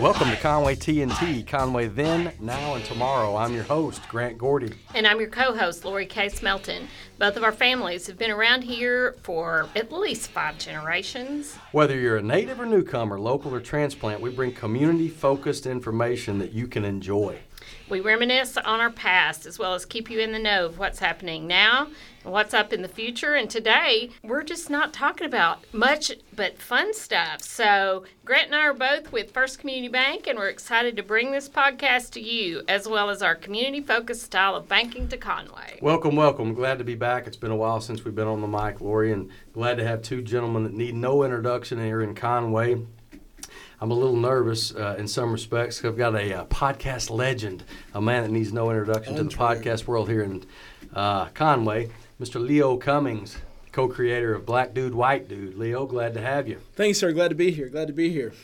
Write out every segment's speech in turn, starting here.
Welcome to Conway TNT, Conway Then, Now, and Tomorrow. I'm your host, Grant Gordy. And I'm your co host, Lori K. Smelton. Both of our families have been around here for at least five generations. Whether you're a native or newcomer, local or transplant, we bring community focused information that you can enjoy. We reminisce on our past as well as keep you in the know of what's happening now and what's up in the future. And today, we're just not talking about much but fun stuff. So, Grant and I are both with First Community Bank, and we're excited to bring this podcast to you as well as our community focused style of banking to Conway. Welcome, welcome. Glad to be back. It's been a while since we've been on the mic, Lori, and glad to have two gentlemen that need no introduction here in Conway. I'm a little nervous uh, in some respects. 'cause I've got a uh, podcast legend, a man that needs no introduction to the Untrue. podcast world here in uh, Conway, Mr. Leo Cummings, co creator of Black Dude, White Dude. Leo, glad to have you. Thanks, sir. Glad to be here. Glad to be here.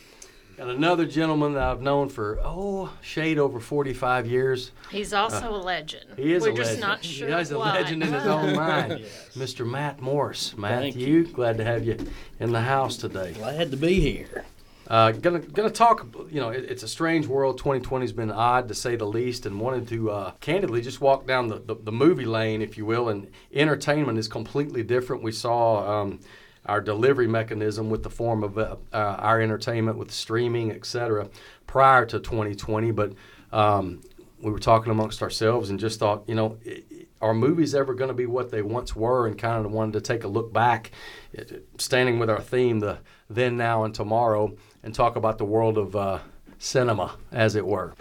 And another gentleman that I've known for, oh, shade over 45 years. He's also a legend. He is we're a just legend. not sure. He is a why. legend in his own mind. Mr. Matt Morse. Matt, Thank you. Glad to have you in the house today. Glad to be here. Uh, gonna gonna talk. You know, it, it's a strange world. 2020's been odd to say the least, and wanted to uh, candidly just walk down the, the, the movie lane, if you will. And entertainment is completely different. We saw um, our delivery mechanism with the form of uh, uh, our entertainment with streaming, etc. Prior to 2020, but um, we were talking amongst ourselves and just thought, you know. i i- are movies ever going to be what they once were? And kind of wanted to take a look back, it- it- standing with our theme, the then, now, and tomorrow, and talk about the world of uh, cinema, as it were.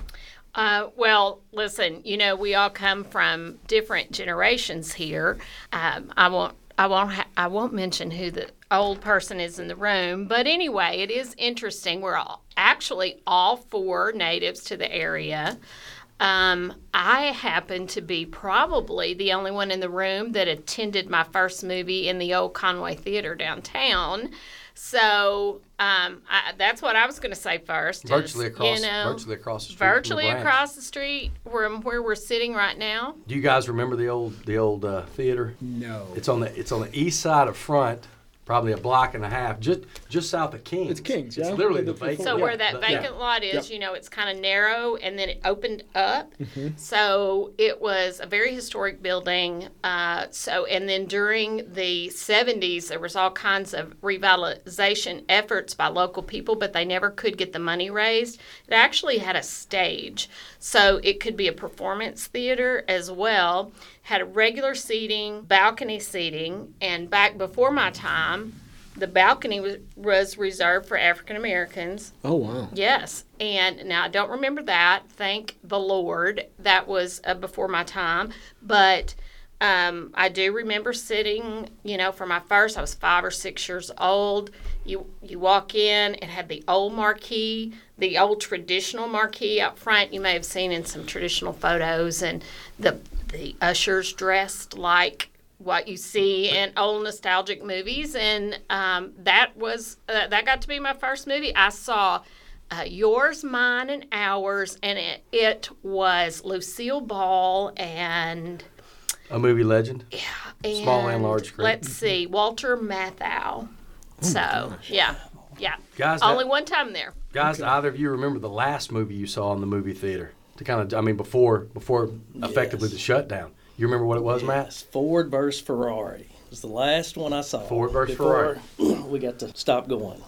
Uh, well, listen, you know, we all come from different generations here. Um, I won't. I won't. Ha- I won't mention who the old person is in the room. But anyway, it is interesting. We're all actually all four natives to the area. Um, I happen to be probably the only one in the room that attended my first movie in the old Conway Theater downtown. So um, I, that's what I was going to say first. is, Virtually across, you know, virtually across the street. from the virtually branch. across the street from where we're sitting right now. Do you guys remember the old the old uh, theater? No. It's on the it's on the east side of Front, probably a block and a half, just just south of Kings. It's King's, It's yeah. literally Yeah, the the full- vacant. So Yeah, where that the- yeah. vacant lot is, Yep. you know, it's kind of narrow, and then it opened up. Mm-hmm. So it was a very historic building. Uh, so and then during the '70s, there was all kinds of revitalization efforts by local people, but they never could get the money raised. It actually had a stage, so it could be a performance theater as well. Had a regular seating, balcony seating, and back before my time, the balcony was, was reserved for African Americans. Oh wow. Yes. And now I don't remember that. Thank the Lord. That was uh, before my time. But um, I do remember sitting, you know, for my first, I was five or six years old. You, you walk in, it had the old marquee, the old traditional marquee up front. You may have seen in some traditional photos, and the, the ushers dressed like what you see in old nostalgic movies, and um, that was uh, that got to be my first movie. I saw uh, yours, mine, and ours, and it, it was Lucille Ball and A movie legend. and Small and large screen. Let's see, Walter Matthau. so yeah, yeah, Oh Guys, that- only one time there. Guys, do either of you remember the last movie you saw in the movie theater? To kind of, I mean, before before effectively Yes. the shutdown. You remember what it was, Matt? Yes, Ford versus Ferrari. It was the last one I saw. Ford versus before We got to stop going.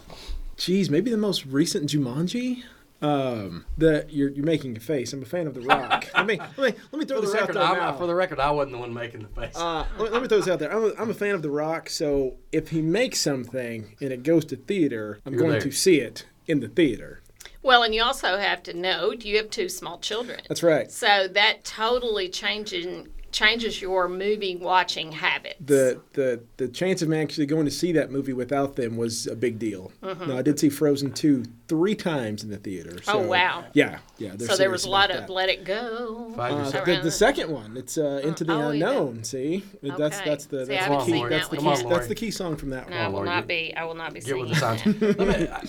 Geez, maybe the most recent Jumanji. Um, that you're you're making a face. I'm a fan of The Rock. I mean, let me let me throw For the this out record, there I, now. for the record, I wasn't the one making the face. Uh, let, let me throw this out there. I'm a, I'm a fan of The Rock, so if he makes something and it goes to theater, I'm You're going there. to see it in the theater. Well, and you also have to note you have two small children. That's right. So that totally changing changes your movie watching habits. The, the the chance of me actually going to see that movie without them was a big deal. Mm-hmm. Now I did see Frozen two three times in the theater. So, Oh, wow. Yeah, yeah. they're so there was serious a lot about of that. let it go. Five years Something The, around the that. second one, it's uh, into the oh, yeah. unknown. See, that's Okay. that's the See, I that's haven't the key. seen that's that the one key. yet. That's the key song from that No, one. I on, will Lord, not get- be. I will not be get seeing with the times. Let me- I-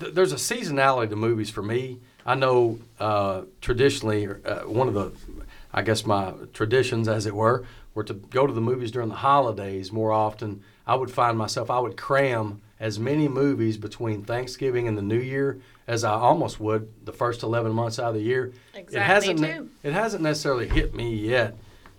th- there's a seasonality to movies for me. I know uh, traditionally uh, one of the, I guess my traditions, as it were, were to go to the movies during the holidays more often. I would find myself I would cram as many movies between Thanksgiving and the New Year as I almost would the first 11 months out of the year. Exactly, It hasn't, me too. It hasn't necessarily hit me yet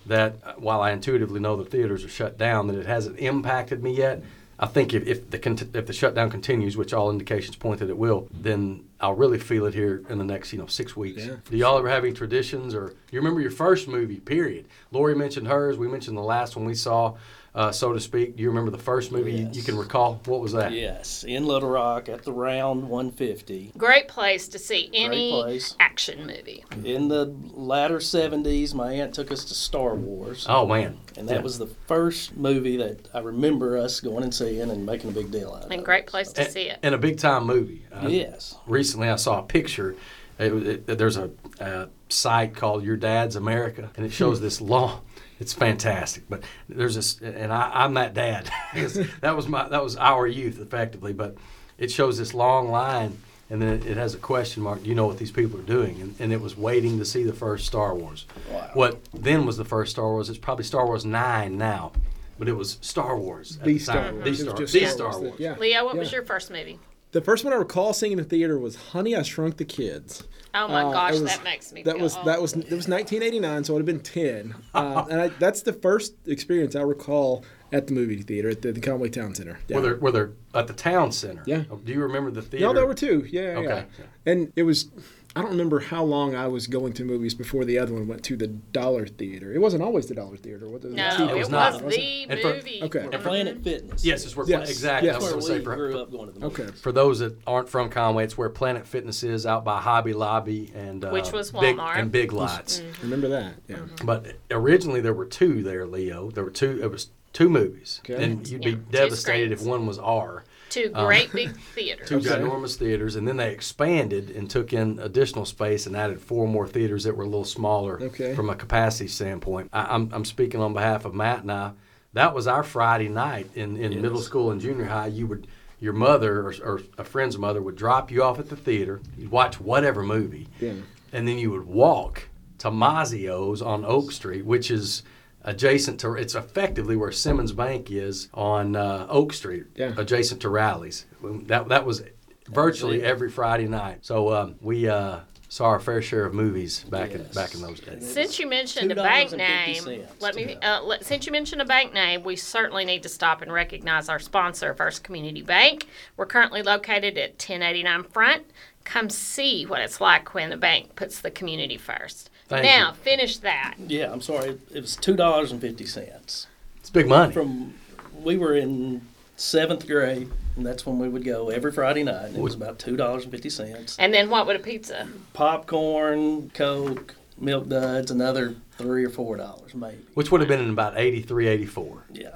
that uh, while I intuitively know the theaters are shut down, that it hasn't impacted me yet. I think if, if the cont- if the shutdown continues, which all indications point that it will, then I'll really feel it here in the next you know six weeks. Yeah. Do y'all ever have any traditions or you remember your first movie? Period. Lori mentioned hers. We mentioned the last one we saw, uh, so to speak. Do you remember the first movie you- you Yes. can recall? What was that? Yes, in Little Rock at the round 150. Great place to see any place. action movie. In the latter 70s, my aunt took us to Star Wars. Oh man, And that Yeah. was the first movie that I remember us going and seeing and making a big deal out of. And great place to and, see it. and a big time movie. Uh, Yes. recently I saw a picture. It, it, there's a, a site called Your Dad's America, and it shows this long. It's fantastic, but there's this, and I, I'm that dad. 'Cause that was my that was our youth effectively, but it shows this long line, and then it, it has a question mark. Do you know what these people are doing? And, and it was waiting to see the first Star Wars. Wow. What then was the first Star Wars? It's probably Star Wars nine now, but it was Star Wars. at The the time. Star Wars. The It was Star, just the Star Star Wars, Wars. yeah. Leo, what was Yeah. your first movie? The first one I recall seeing in the theater was "Honey, I Shrunk the Kids." Oh my Uh, gosh, it was- that makes me. That feel was old. that was that was 1989, so I'd have been 10, uh, and I, that's the first experience I recall at the movie theater at the, the Conway Town Center. Yeah. Were there, were there at the town center? Oh, Yeah. Do you remember the theater? No, there were two. Yeah, yeah, Okay, yeah. yeah. And it was, I don't remember how long I was going to movies before the other one went to the Dollar Theater. It wasn't always the Dollar Theater. What the no, It it was was, not. the And for- movie. Okay. for- And Planet Fitness. Yes, it's where Yes. exactly. Yes. I That's was where going to we say grew for, up going to the movies. Okay. for those that aren't from Conway, it's where Planet Fitness is out by Hobby Lobby and uh, Which was Big, Walmart. Mm-hmm. and Big Lots. Remember that? Yeah. Uh-huh. But originally there were two there, Leo. There were two. It was two movies, Okay. and you'd Yeah, be two devastated if screens. one was R. Two great big theaters. Um, Two Okay. ginormous theaters, and then they expanded and took in additional space and added four more theaters that were a little smaller Okay. from a capacity standpoint. I, I'm, I'm speaking on behalf of Matt and I. That was our Friday night in, in middle school and junior high. You would your mother or, or a friend's mother would drop you off at the theater. You'd watch whatever movie, Yeah. and then you would walk to Mazio's on Oak Street, which is adjacent to. It's effectively where Simmons Bank is on uh, Oak Street, Yeah. adjacent to Rallies. That that was virtually every Friday night. So um, we uh, saw our fair share of movies back in Yes. back in those days. Since you mentioned a bank $2.50 name, let me. to Uh, let, since you mentioned a bank name, we certainly need to stop and recognize our sponsor, First Community Bank. We're currently located at 1089 Front. Come see what it's like when the bank puts the community first. Thank now you. finish that. Yeah, I'm sorry. It was two dollars and fifty cents. It's big money. From we were in seventh grade, and that's when we would go every Friday night. And it was about two dollars and fifty cents. And then what would a pizza? Popcorn, Coke, Milk Duds, another three or four dollars maybe. which would have been in about 83, 84. Oh, Yeah.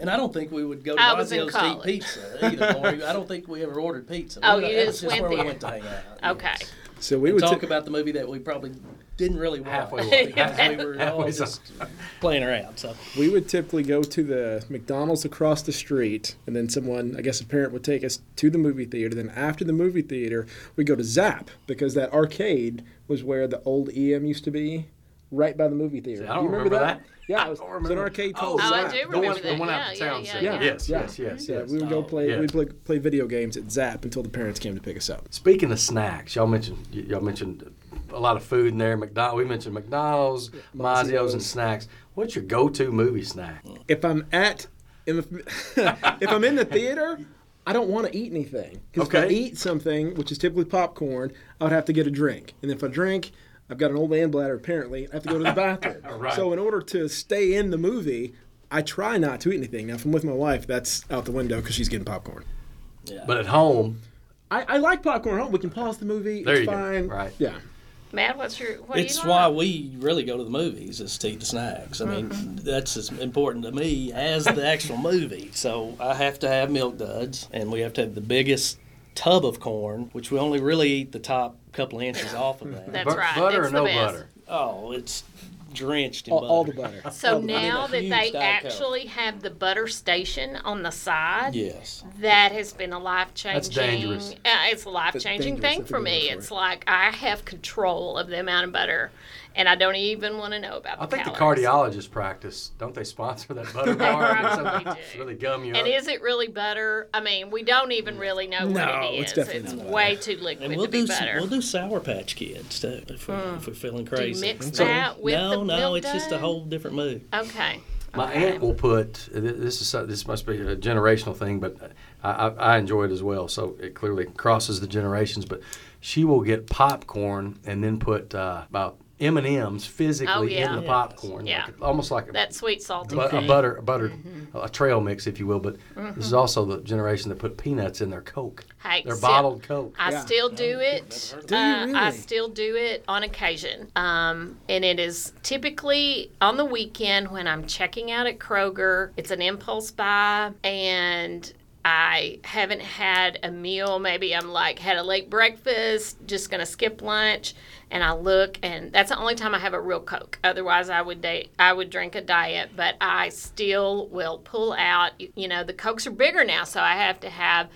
And I don't think we would go to I was in Mazio's to eat college. pizza either. Lori. I don't think we ever ordered pizza. Oh, We- you that just was went where there. we went to hang out. Okay. yes. So we And would talk ta- about the movie that we probably didn't really watch. Halfway watched. because we were all Halfway saw. just playing around. So we would typically go to the McDonald's across the street, and then someone, I guess a parent, would take us to the movie theater. Then after the movie theater, we go to Zap because that arcade was where the old EM used to be, right by the movie theater. I don't remember, that. Yeah, I it was, don't it was remember. an arcade called Oh, I Zap. do The one, remember the that. one out Yeah, of yeah, town. yeah, center. yeah. Mm-hmm. Yes, yeah. yes, yes, Yeah, yes. Oh, we would go play. Yeah. We'd play, play video games at Zap until the parents came to pick us up. Speaking of snacks, y'all mentioned y- y'all mentioned a lot of food in there. McDonald, we mentioned McDonald's, Mazio's, and snacks. What's your go-to movie snack? If I'm at, if, if I'm in the theater, I don't want to eat anything. 'Cause if Okay. I eat something, which is typically popcorn, I would have to get a drink. And if I drink, I've got an old man bladder apparently. I have to go to the bathroom. Right. So in order to stay in the movie, I try not to eat anything. Now, if I'm with my wife, that's out the window because she's getting popcorn. yeah. But at home, I, I like popcorn. at home. We can pause the movie. There it's you go. fine. Right. Yeah. Matt, what's your? What it's do you why like? we really go to the movies is to eat the snacks. I mean, Mm-hmm. that's as important to me as the actual movie. So I have to have milk duds, and we have to have the biggest tub of corn, which we only really eat the top couple inches off of that. That's bu- right. butter it's or the no best. butter? oh, it's drenched in all, butter. all the butter. So All the butter. now that Huge they Diet Coke. actually have the butter station on the side, Yes. that has been a life changing. dangerous. it's a life changing dangerous, thing that's a for good me. word for It's it. like I have control of the amount of butter, and I don't even want to know about. I think the calories. cardiologists practice, don't they sponsor that butter bar? They probably Something- do. so they gum you And up. is it really butter? I mean, we don't even really know what Mm. No, it it's is. definitely not butter. way too liquid And we'll to be do butter. Mm. we'll do Sour Patch Kids too if we're, if we're feeling you crazy. mix So- that with no, the no, milk it's just a done? whole different mood. okay. My Okay. aunt will put. This is so- this must be a generational thing, but I, I, I enjoy it as well. So it clearly crosses the generations. But she will get popcorn and then put uh, about M and M's physically Oh, yeah. in the Yes. popcorn, Yeah. Mm-hmm. like- almost like a, that sweet salty. bu- a thing. butter, a butter, a trail mix, if you will. But this Mm-hmm. is also the generation that put peanuts in their Coke, Hey, their so- bottled Coke. I Yeah. still do it. Do you uh, I really? still do it on occasion. Um, and it is typically on the weekend when I'm checking out at Kroger. It's an impulse buy and I haven't had a meal. Maybe I'm like had a late breakfast, just gonna skip lunch, and I look, and that's the only time I have a real Coke. Otherwise, I would da- I would drink a diet, but I still will pull out. You, you know, the Cokes are bigger now, so I have to have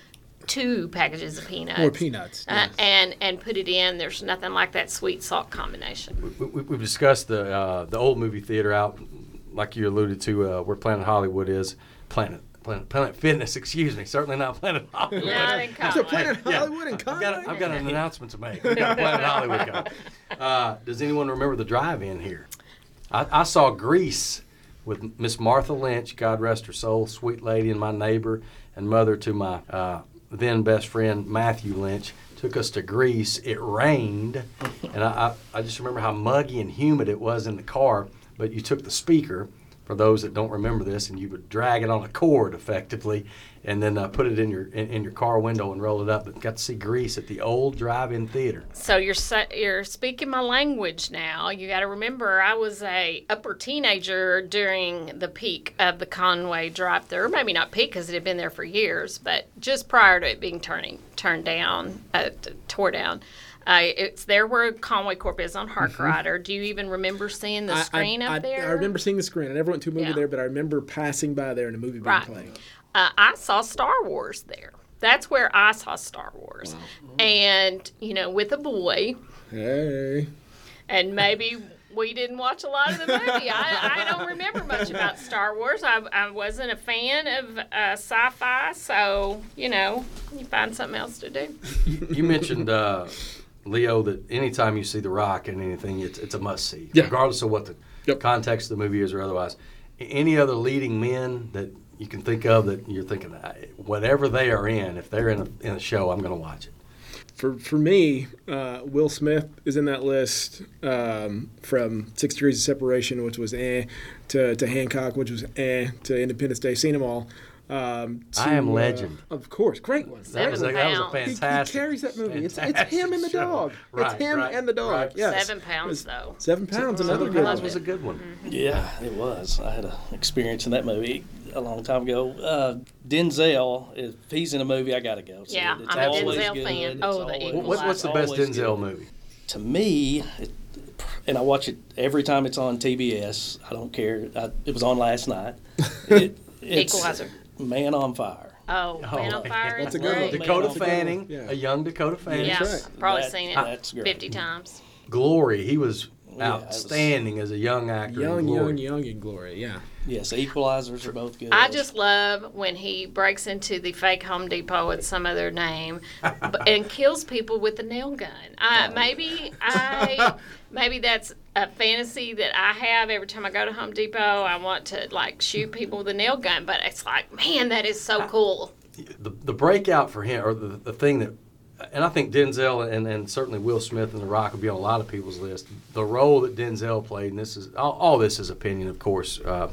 two packages of peanuts Or peanuts. uh, and and put it in. There's nothing like that sweet salt combination. we, we- we've discussed the uh, the old movie theater out, like you alluded to, uh, where Planet Hollywood is. Planet Planet Planet Fitness, excuse me. Certainly not Planet Hollywood. Not in So Conway. Planet Hollywood and I've got, Conway. a, I've got an announcement to make. We've got a Planet Hollywood coming. Uh, does anyone remember the drive-in here? I, I saw Grease with Miss Martha Lynch, God rest her soul, sweet lady, and my neighbor and mother to my uh, then best friend Matthew Lynch. Took us to Greece. It rained, and I, I, I just remember how muggy and humid it was in the car. But you took the speaker, for those that don't remember this, and you would drag it on a cord effectively, and then uh, put it in your in, in your car window and roll it up. But got to see Greece at the old drive-in theater. So you're sa- you're speaking my language now. You got to remember, I was a upper teenager during the peak of the Conway drive-through. Maybe not peak because it had been there for years, but just prior to it being turning turned down, uh, t- tore down. Uh, it's there where Conway Corp is on Hark Rider. Do you even remember seeing the Mm-hmm. I- I- screen I, up there? I remember seeing the screen. I never went to a movie Yeah. there, but I remember passing by there and a movie being Right. played. uh, I saw Star Wars there. That's where I saw Star Wars. And, you know, with a boy, Hey. and maybe we didn't watch a lot of the movie. I, I don't remember much about Star Wars. I, I wasn't a fan of uh, sci fi, so, you know, you find something else to do. You mentioned uh, Leo that anytime you see The Rock in anything, it's it's a must see, Yeah. regardless of what the Yep. context of the movie is or otherwise. A- Any other leading men that you can think of that you're thinking, "I- whatever they are in, if they're in a, in a show, I'm going to watch it. For for me, uh, Will Smith is in that list um, from Six Degrees of Separation, which was eh, to, to Hancock, which was eh, to Independence Day. Seen them all. Um, to, I Am uh, Legend. of course, great one. That was, a, that was a Seven He, he fantastic. carries that movie. It's, it's fantastic him and the show. dog. Right, it's him right, and the dog. right. Yes. Seven pounds, though. Seven pounds. Another Seven good Pounds one. was a good one. Yeah, it was. I had an experience in that movie a long time ago. Uh, Denzel, if he's in a movie, I gotta go. see Yeah, it. I'm a always Denzel good. fan. It's Oh, the always- Wha- Eagles What, what's the Eye. best Always Denzel good. movie? To me, it, and I watch it every time it's on TBS. I don't care. I, it was on last night. It, it's Equalizer. Man on Fire. Oh, Man on man. Fire. is That's a good one. great. Man Dakota on Fire. Fanning, Yeah. a young Dakota Fanning. Yeah, That's I've right. probably That- seen it that's great. 50 times. Glory. He was Yeah, it was- outstanding as a young actor. in Young, Glory. young, young in glory. Yeah. Yes, Equalizers are both good. I just love when he breaks into the fake Home Depot with some other name b- and kills people with a nail gun. I, Oh. maybe I maybe that's a fantasy that I have every time I go to Home Depot. I want to like shoot people with a nail gun, but it's like, man, that is so cool. the, the breakout for him, or the, the thing that, and I think Denzel and, and certainly Will Smith and The Rock would be on a lot of people's list. The role that Denzel played, and this is all, all this is opinion, of course, uh,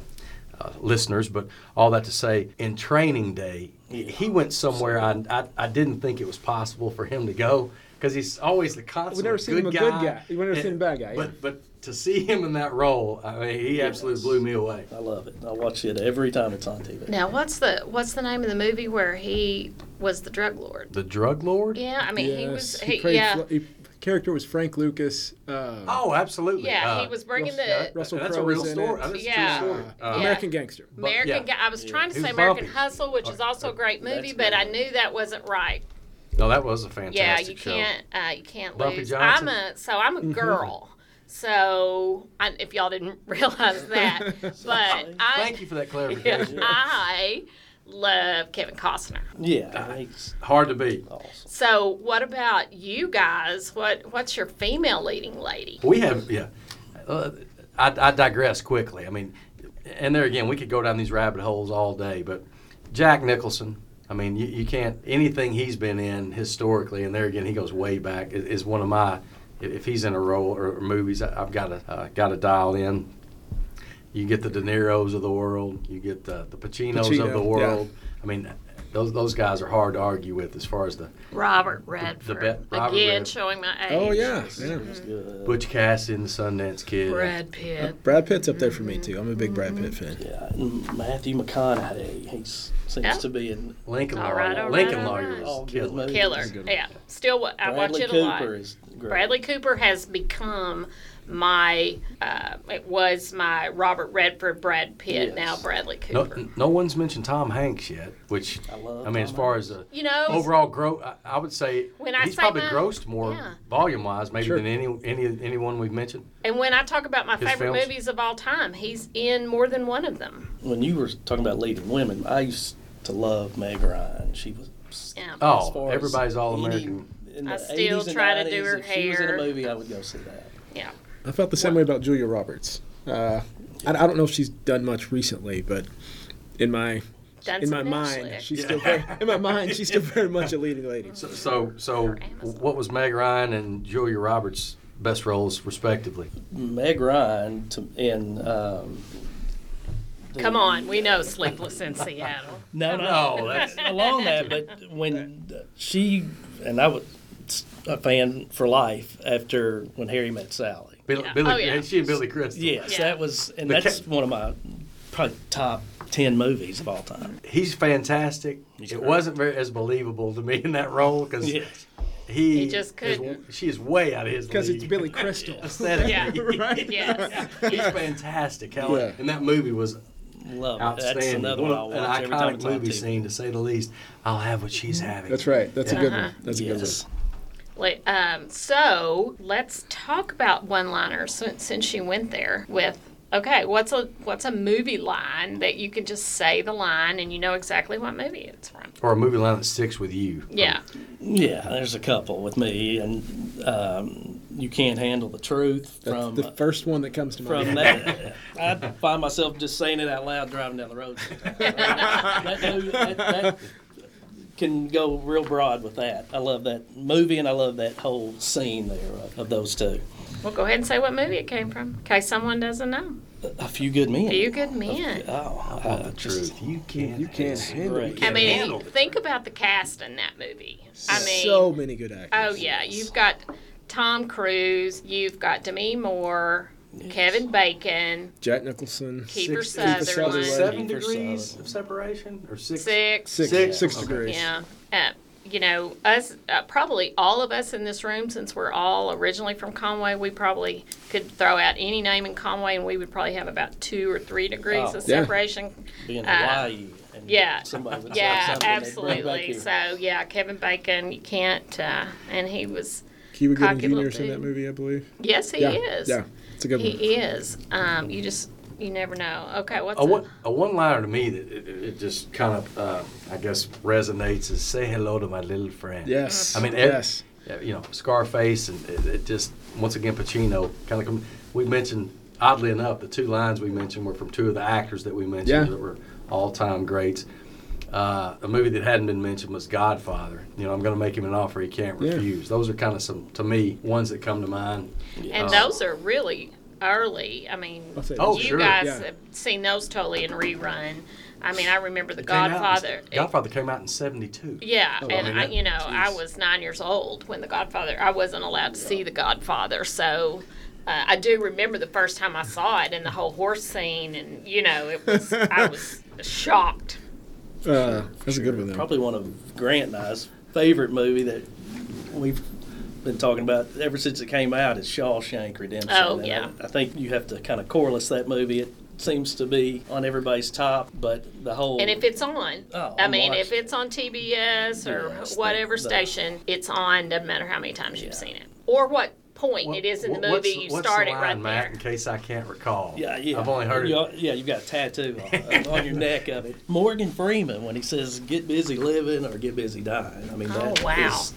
uh, listeners, but all that to say, in Training Day, he- he went somewhere I, I, I didn't think it was possible for him to go because he's always the constant never seen good him a guy. good guy. We've never And- seen him a bad guy, yeah. But but to see him in that role, I mean, he absolutely blew me away. I love it. I watch it every time it's on TV. Now, what's the what's the name of the movie where he was the drug lord? The drug lord. Yeah, I mean he Yes, was he he, prayed yeah. fl- he character was Frank Lucas. Uh, Oh, absolutely. Yeah, Uh, he was bringing Russ- the Russell That's Crowe a real was in story. it. That's Yeah. a true story. Uh, Uh, American Gangster. American. yeah. Gu- I was trying to He say was American Bumpy. Hustle, which is also a great movie, That's but good. I knew that wasn't right. No, that was a fantastic Yeah, you show. can't. Uh, you can't Bumpy lose. Johnson. I'm a so I'm a girl. So I, if y'all didn't realize that, but I Thank you for that clarification. I love Kevin Costner. Yeah, he's Hard to beat. awesome. So what about you guys? What what's your female leading lady? We have, yeah. Uh, I, I digress quickly. I mean, and there again, we could go down these rabbit holes all day, but Jack Nicholson. I mean, you, you can't anything he's been in historically, and there again, he goes way back. Is, is one of my if if he's in a role or, or movies, I, I've got to uh, got to dial in. You get the De Niro's of the world, you get the the Pacinos Pacino, of the yeah. world. I mean, those those guys are hard to argue with as far as the Robert Redford. bet- Robert Again, Redford. showing my age. Oh yeah, yeah. Good. Mm. Butch Cassidy and the Sundance Kid. Brad Pitt. Brad Pitt's up there for me too. I'm a big Brad Pitt fan. Yeah, and Matthew McConaughey. He seems Yeah. to be in Lincoln All Lawyer. right, all right, Lincoln all Lawyer right. was Oh, all good killer. movies. Killer. good one. Yeah. Still, wa- I watch Bradley it a lot. Cooper is great. Bradley Cooper has become my. Uh, it was my Robert Redford, Brad Pitt. Yes. Now Bradley No, Cooper. no one's mentioned Tom Hanks yet, which I, I love mean, as Oh, Tom far as the You know, overall growth, I, I would say When I he's say probably my- grossed more yeah. volume-wise, maybe Sure. than any any anyone we've mentioned. and when I talk about my His favorite films. movies of all time, he's in more than one of them. when you were talking about leading women, I used to love Meg Ryan. She was Yeah. Oh, as far as everybody's all any- American. in I the still 80s and try to do 90s, her if She was in hair. a movie, I would go see that. Yeah. I felt the same way about Julia Roberts. Uh, I, I don't know if she's done much recently, but in my Done in my some mind, Netflix. she's still very, in my mind she's still very much a leading lady. So, so, so Or Amazon. what was Meg Ryan and Julia Roberts' best roles, respectively? Meg Ryan to, in um, the- Come on, we know Sleepless in Seattle. No, no, No, that's along that, but when she and I was a fan for life after when Harry met Sally. Billy, Yeah. Billy Oh, yeah. she and Billy Crystal. Yes, Yeah. that was, and The ca- that's one of my probably top ten movies of all time. he's fantastic. He's it great. wasn't very as believable to me in that role because Yes. he, He just is- couldn't. she is way out of his Because it's league. Billy Crystal. Aesthetically, Yeah. right? Yes. he's fantastic. How Yeah. and that movie was Love it. outstanding. That's another One of- one, I'll watch an every time iconic it's on movie TV. scene, to say the least. I'll have what she's having. That's right. That's a good Uh-huh. one. That's a good Yes. Like, Um, so let's talk about one-liners since, since you went there with. Okay, what's a what's a movie line that you can just say the line and you know exactly what movie it's from? Or a movie line that sticks with you. Yeah, Yeah, there's a couple with me, and um, you can't handle the truth That's from uh, the first one that comes to mind. from that. I find myself just saying it out loud driving down the road. sometimes. that, movie- that- that can go real broad with that. I love that movie, and I love that whole scene there of, of those two. well, go ahead and say what movie it came from, in case someone doesn't know. A few good men. Are you good man? Oh, I want the uh, just- truth. You can't. You can't handle great. it. I mean, handled it. think about the cast in that movie. I mean, so many good actors. oh yeah, you've got Tom Cruise, you've got Demi Moore, Kevin Bacon, Jack Nicholson. Kiefer Six- Sutherland, Seven Kiefer degrees Sutherland. of separation, or six. Six. Six, Six. six, Okay. degrees. Yeah. Uh, you know, us, uh, probably all of us in this room, since we're all originally from Conway, we probably could throw out any name in Conway and we would probably have about two or three degrees Oh. of Yeah. separation. being Uh, Hawaii. and yeah. Somebody would say Yeah, something, they'd bring it back absolutely. here. So, yeah, Kevin Bacon, you can't, uh, and he was, Cuba Gooding Cocky little Jr. is in that dude. movie, I believe. yes, he yeah. is. Yeah. It's a good one. He is. Um, you just, you never know. Okay, what's A one, up? a one liner to me that it, it it just kind of, uh, I guess, resonates is say hello to my little friend. Yes. I mean, ev- yes. Yeah, you know, Scarface, and it, it just once again Pacino kind of come. We mentioned oddly enough the two lines we mentioned were from two of the actors that we mentioned Yeah. that were all-time greats. Uh, a movie that hadn't been mentioned was Godfather. You know, I'm going to make him an offer he can't Yeah. refuse. Those are kind of some to me ones that come to mind. And Uh, those are really early. I mean, I'll say Oh, you sure, guys yeah. have seen those totally in rerun. I mean, I remember The It came out in- Godfather. Godfather came out in '72. Yeah, wow. and Oh, I mean, I, that- you know, I jeez. was nine years old when The Godfather. I wasn't allowed to see The Godfather, so uh, I do remember the first time I saw it and the whole horse scene, and you know, it was I was shocked. Uh, that's a good one, though. Probably one of Grant and I's favorite movie that we've been talking about ever since it came out is Shawshank Redemption. Oh, And yeah. I, I think you have to kind of correlate that movie. It seems to be on everybody's top, but the whole And if it's on, Oh, I I'm mean, watching. if it's on TBS or Yes, whatever the- the- station, it's on. Doesn't matter how many times you've Yeah. seen it or what point it is in the Wha- what's- movie. You what's start the it right line, Matt, there. in case I can't recall. Yeah, yeah. I've only heard you, it. Yeah, you've got a tattoo on, uh, on your neck of it. Morgan Freeman when he says "get busy living" or "get busy dying." I mean, Oh, that wow. is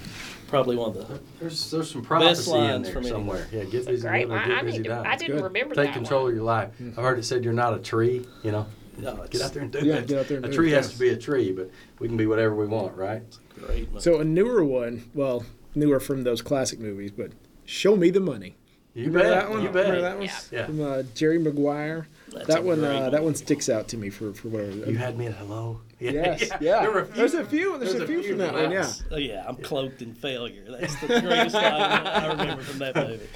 probably one of the There's, there's some prophecy in lines there from somewhere. Yeah, get busy Great. living, line. get I, busy need to, dying. I didn't Good. remember Take that control one. of your life. I've heard it said you're not a tree, you know. no, it's Get out there and do Mm-hmm. Yeah, that. get out there and a do tree it, has yes. to be a tree, but we can be whatever we want, right? great. movie. So a newer one, well, newer from those classic movies, but Show Me the Money. You Remember bet. that one? You Remember bet. that one? Yeah. Yeah. From uh, Jerry Maguire. That's a that one, great uh, one. that one sticks out to me for, for whatever. You had me at hello. Yeah. yes, yeah. There were a few. There's a few. There's, a few, from that one. Yeah. yes. Oh, yeah, I'm cloaked in failure. That's the greatest line I remember from that movie.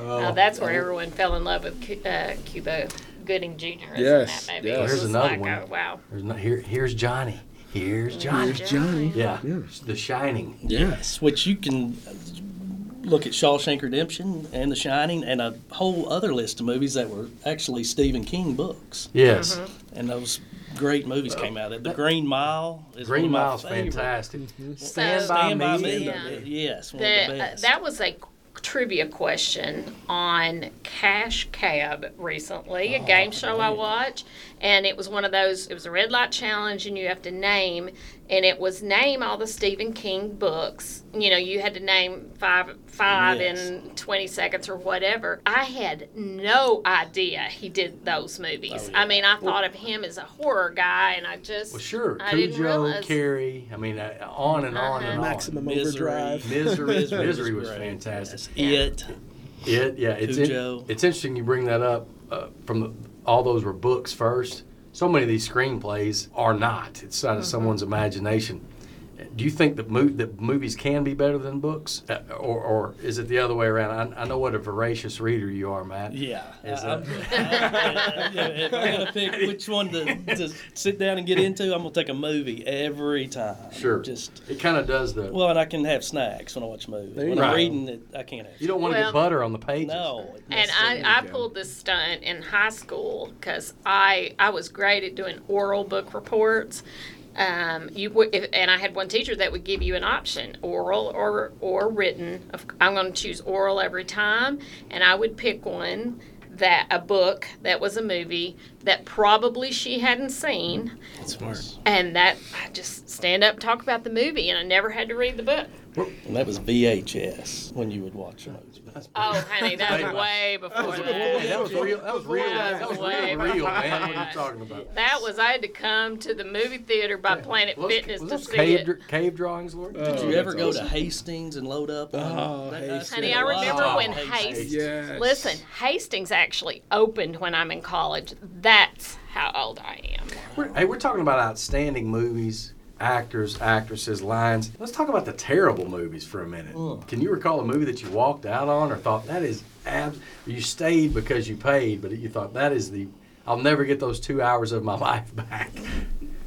Now, that's where everyone fell in love with Cu- uh, Cuba Gooding Jr. is Yes, in that movie. yes. It Well, here's was another like, one. oh, wow. There's not, here, here's Johnny. Here's Johnny. There's Johnny. Yeah. Yeah. The Shining. Yes, which you can look at Shawshank Redemption and The Shining and a whole other list of movies that were actually Stephen King books. Yes. And those great movies came out of it. The Green Mile is Green one of my Mile's favorite. fantastic. So- Stand by Me. me. Yeah. Yes, one of the The, uh, best. that was a trivia question on Cash Cab recently, Oh, a game show I watch, and it was one of those. It was a red light challenge, and you have to name, and it was name all the Stephen King books. You know, you had to name five five Yes. in twenty seconds or whatever. I had no idea he did those movies. Oh, yeah. I mean, I thought of him as a horror guy, and I just Well, sure. I didn't Cujo, realize. Carrie. I mean, uh, on and Uh-huh. on and on. Maximum Misery. Overdrive. Misery. Misery was Misery was great. fantastic. That's Yeah. It. It, yeah, it's in- Cujo. it's interesting you bring that up. Uh, from the, all those were books first. So many of these screenplays are not. It's out of Mm-hmm. someone's imagination. Do you think that, mo- that movies can be better than books, Uh, or, or is it the other way around? I, I know what a voracious reader you are, Matt. Yeah. Is I- I'm- that- I- I- yeah, if I'm gonna pick which one to, to sit down and get into, I'm gonna take a movie every time. sure. Just it kind of does the. well, and I can have snacks when I watch movies. There you When go. I'm reading it, I can't have. you don't want to Well, get butter on the pages. No. And that's- I, I go. pulled this stunt in high school because I I was great at doing oral book reports. Um, you w- if, and I had one teacher that would give you an option, oral or or written. Of- I'm going to choose oral every time, and I would pick one that a book that was a movie that probably she hadn't seen, and that I just stand up and talk about the movie, and I never had to read the book. And that was VHS when you would watch a movie. Oh, honey, that was way before that. That was real. That was real. Yeah, That was way real, real, man. What are back. you talking about? That was I had to come to the movie theater by Planet Was- Fitness was to those see cave, it. dr- cave drawings, Lord? Uh, Did Oh, you ever that's go awesome. to Hastings and load up? Oh, Oh, Hastings. spent Honey, a I lot of remember time when at Hastings- Yes. Listen, Hastings actually opened when I'm in college. That's how old I am. We're, hey, we're talking about outstanding movies, actors, actresses, lines. Let's talk about the terrible movies for a minute. Can you recall a movie that you walked out on or thought that is abs? You stayed because you paid, but you thought that is the I'll never get those two hours of my life back.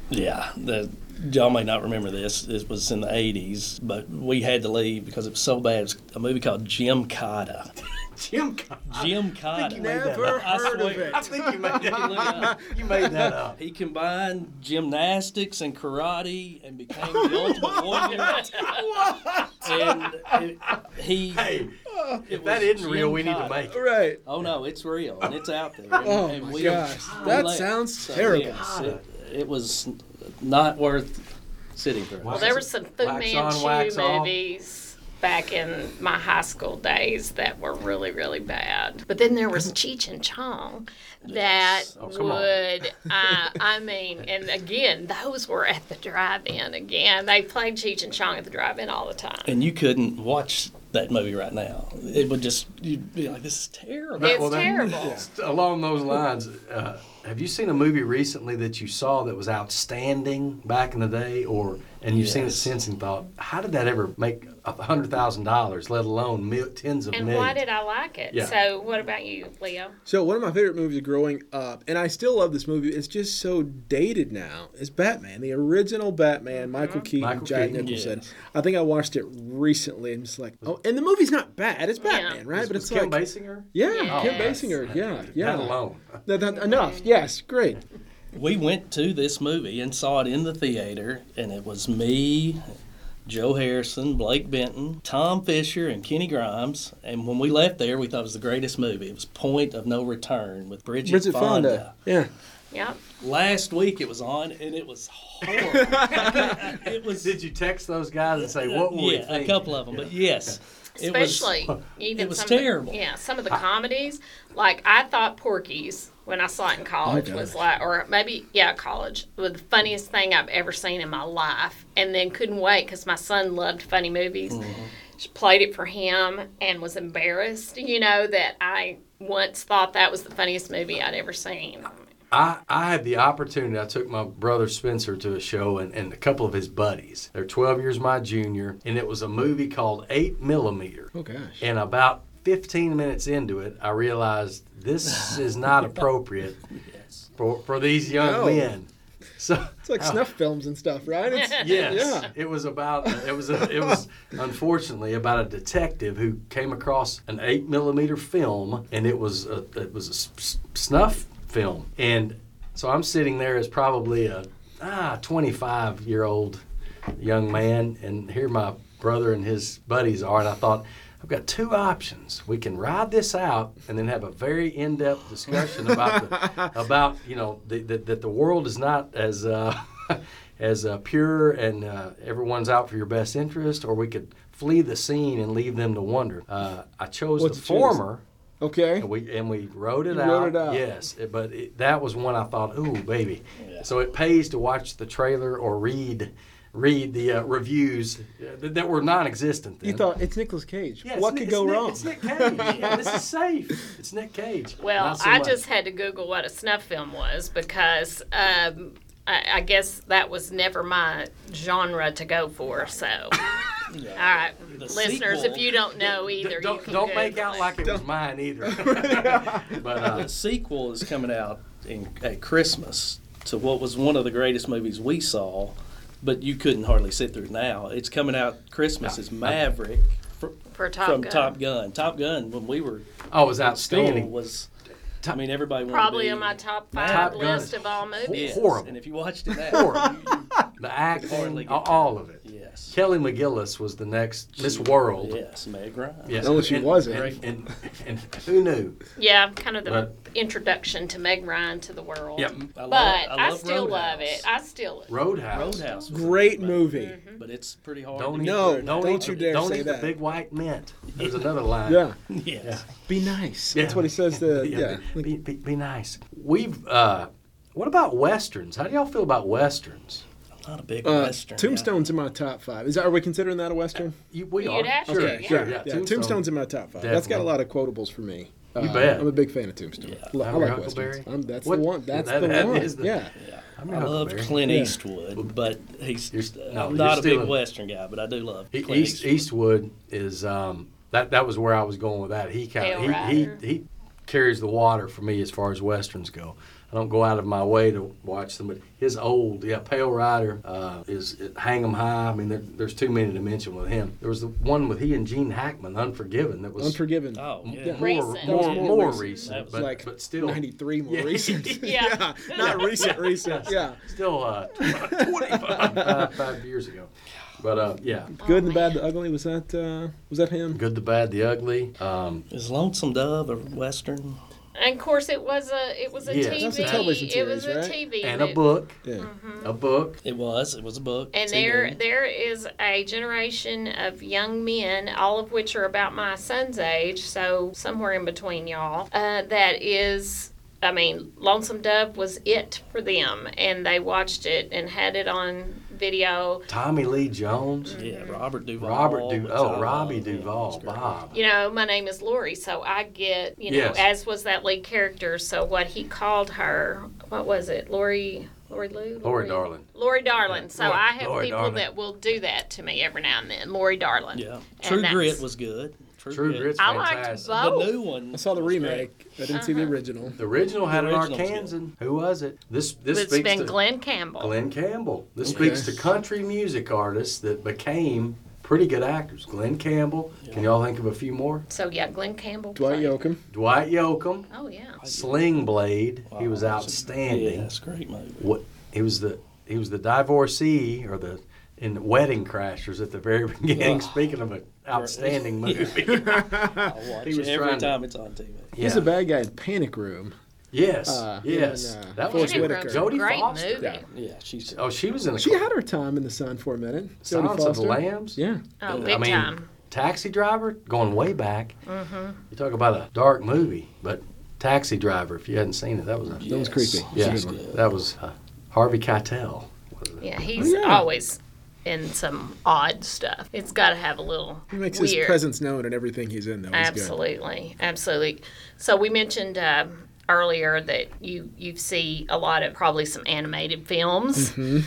Yeah, the y'all may not remember this. This was in the '80s, but we had to leave because it was so bad. It was a movie called Jim Cotta. Jim, Con- Jim Cotta. you made that up. I swear. I think you made that, Look it up. you made that up. He combined gymnastics and karate and became the ultimate warrior. And it, he, Hey, if It that was isn't real, Jim we need to Cotta. make it. Right. oh no, it's real and it's out there. And, Oh and my we- gosh, we that left. sounds So, terrible. yes, it, it was not worth sitting through. Wow. Well, there were some Fu Wax on, wax Manchu off. movies back in my high school days that were really, really bad. But then there was Cheech and Chong that Oh, come on. would, uh, I mean, and again, those were at the drive-in again. They played Cheech and Chong at the drive-in all the time. and you couldn't watch that movie right now. It would just you'd be like, "This is terrible." It's terrible. Along those lines, uh, have you seen a movie recently that you saw that was outstanding back in the day, or and you've seen it Yes. since and thought, how did that ever make a hundred thousand dollars, let alone mil- tens of And millions? why did I like it? Yeah. So, what about you, Leo? So one of my favorite movies growing up, and I still love this movie. It's just so dated now. Is Batman, the original Batman, Michael Keaton, Michael Jack Keaton. Nicholson. Yes. I think I watched it recently, and just like, oh, and the movie's not bad. It's Yeah. Batman, right? Was- but was it's Kim like, Basinger. yeah, Kim Yes. Basinger, yeah, yeah. That alone. That- that- enough. Yes, great. We went to this movie and saw it in the theater, and it was me, Joe Harrison, Blake Benton, Tom Fisher, and Kenny Grimes. And when we left there, we thought it was the greatest movie. It was Point of No Return with Bridget, Bridget Fonda. Fonda. Yeah. Yep. Last week it was on, and it was horrible. it was Did you text those guys and say what were we yeah, a thinking?" couple of them, but yes, it was- Especially even was some terrible. Of the, yeah, some of the comedies. Like I thought Porky's when I saw it in college Oh, was gosh. like, or maybe yeah, college was the funniest thing I've ever seen in my life. And then couldn't wait because my son loved funny movies. Mm-hmm. She played it for him and was embarrassed, you know, that I once thought that was the funniest movie I'd ever seen. I, I had the opportunity. I took my brother Spencer to a show and, and a couple of his buddies. They're 12 years my junior, and it was a movie called 8 Millimeter. Oh gosh. And about 15 minutes into it, I realized this is not appropriate Yes. for, for these young No. men. So uh, It's like snuff films and stuff, right? It's, Ah. Yes, Yeah. it was about uh, it was a, it was unfortunately about a detective who came across an eight millimeter film, and it was a, it was a s- s- snuff film, and so I'm sitting there as probably a ah 25 year old young man, and here my brother and his buddies are, and I thought. I've got two options. We can ride this out and then have a very in-depth discussion about the, about you know the, the, that the world is not as uh, as uh, pure and uh, everyone's out for your best interest, or we could flee the scene and leave them to wonder. Uh, I chose What'd the you choose? former, Okay. and we and we wrote it You out. wrote it out. Yes, it- but it, that was one I thought, ooh, baby. Yeah. So it pays to watch the trailer or read read the uh, reviews uh, that, that were non-existent. Then. You thought it's Nicolas Cage. Yeah, it's what Ni- could it's go Ni- wrong? It's Nick Cage. yeah, this is safe. It's Nick Cage. Well, Not so I much. just had to Google what a snuff film was because um, I, I guess that was never my genre to go for. So, all right, The listeners, if sequel- you don't know D- either, you don't can don't Google make out it. like it was mine either. but uh, The sequel is coming out in, at Christmas to what was one of the greatest movies we saw, but you couldn't hardly sit through now. It's coming out Christmas. It's Maverick fr- for Top from Gun. Top Gun. Top Gun when we were I was still outstanding. was. I mean, everybody wanted to Probably be- on my top Top five Gun list is of all Yes. movies. horrible. And if you watched it now, Horrible. you- The acting, Hardly get a- all of it. yes, Kelly McGillis was the next Miss World. yes, Meg Ryan. Yes. No, she and- wasn't. And, and, and who knew? Yeah, kind of the But- introduction to Meg Ryan to the world. Yep. I love, But I, I love still love Roadhouse. it. I still Roadhouse. Roadhouse, was Great a- movie. but it's pretty hard. Don't to eat, get No, the- through. don't, don't eat, you the- dare don't say eat that. the big white mint. There's another line. Yeah. Yes. Be nice. Yeah. That's what he says to yeah. Be, be, be, be nice. We've. Uh, what about westerns? How do y'all feel about westerns? Not a big Uh, western. yeah. Tombstone's in my top five. Is that, are we considering that a western? You, we You'd are. have to, sure, yeah. sure. yeah. Yeah, Tombstone's in my top five. That's got a Definitely. lot of quotables for me. You bet. I'm a big fan of Tombstone. Yeah. Lo- I Robert like Huckleberry. westerns. I'm, that's What- the one. That's that- the that one. is the- yeah. I'm I not loved very- Clint Yeah. Eastwood, but he's You're- uh, no, not you're a big stealing. Western guy, but I do love E- Clint East, Eastwood. Eastwood is um, that. That was where I was going with that. He Hail kind of he, Rider. he he carries the water for me as far as westerns go. I don't go out of my way to watch them, but his old yeah, Pale Rider uh, is Hang 'Em High. I mean, there, there's too many to mention with him. There was the one with he and Gene Hackman, Unforgiven. That was Unforgiven. Oh, yeah. Yeah. more Recent. That was more, more more recent. recent, That was but, like but still 93 more Yeah. recent. Yeah. Not recent, recent. Yeah. still uh, 25 five, five years ago. But uh, yeah, Oh, Good and the Bad, the Ugly. Was that uh, was that him? Good, the Bad, the Ugly. Um, Is Lonesome Dove a Western? And of course, it was a it was a Yes. TV. That's a television it was series, a right? TV and a that- book, Mm-hmm. Yeah. Mm-hmm. a book. It was. It was a book. And TV. there, there is a generation of young men, all of which are about my son's age, so somewhere in between y'all, uh, that is, I mean, Lonesome Dove was it for them. And they watched it and had it on video. Tommy Lee Jones, Yeah, Robert Duvall. Robert Du which I oh love. Robbie Yeah, Duvall, it's great. Bob. You know, my name is Lori, so I get, you know, Yes. as was that lead character, so what he called her, what was it? Lori, Lori Lou? Lori Darling. Lori Darling. So Lori- I have Lori people Darling. that will do that to me every now and then. Lori Darling. Yeah. And True Grit that's- was good. True Grit's I liked fantastic. both. The Oh. new one. I saw the was great. remake. I didn't see the Uh-huh. original. The original had The an original's good. Arkansan. Who was it? This this It's speaks been to Glenn Campbell. Glenn Campbell. This Okay. speaks to country music artists that became pretty good actors. Glenn Campbell. Can y'all think of a few more? So yeah, Glenn Campbell. Dwight played- Yoakam. Dwight Yoakam, Oh yeah. Sling Blade. He was Wow. outstanding. Yeah, that's a great movie. What he was the he was the divorcee or the in the Wedding Crashers at the very beginning. Ugh. Speaking of an outstanding movie, I watch He was it every trying to- time it's on TV. He's Yeah. the bad guy in Panic Room. yes, uh, yes, and, uh, that Forrest was Panic Whitaker. Room's a Jodie great Foster. movie. Yeah. Yeah, she's Oh, she was in a She had her time in the sun for a minute. Jodie Silence of the Foster. Lambs. Yeah. Oh, I big mean, time. Taxi Driver, going way back. Mm-hmm. You talk about a dark movie, but Taxi Driver, if you hadn't seen it, that was a That was Yes. creepy. It's yeah, a good one. that was uh, Harvey Keitel. was it? Yeah, he's yeah. always in some odd stuff. It's got to have a little He makes weird. his presence known in everything he's in, though. He's good. Absolutely, absolutely. So we mentioned uh, earlier that you you see a lot of probably some animated films. Mm-hmm.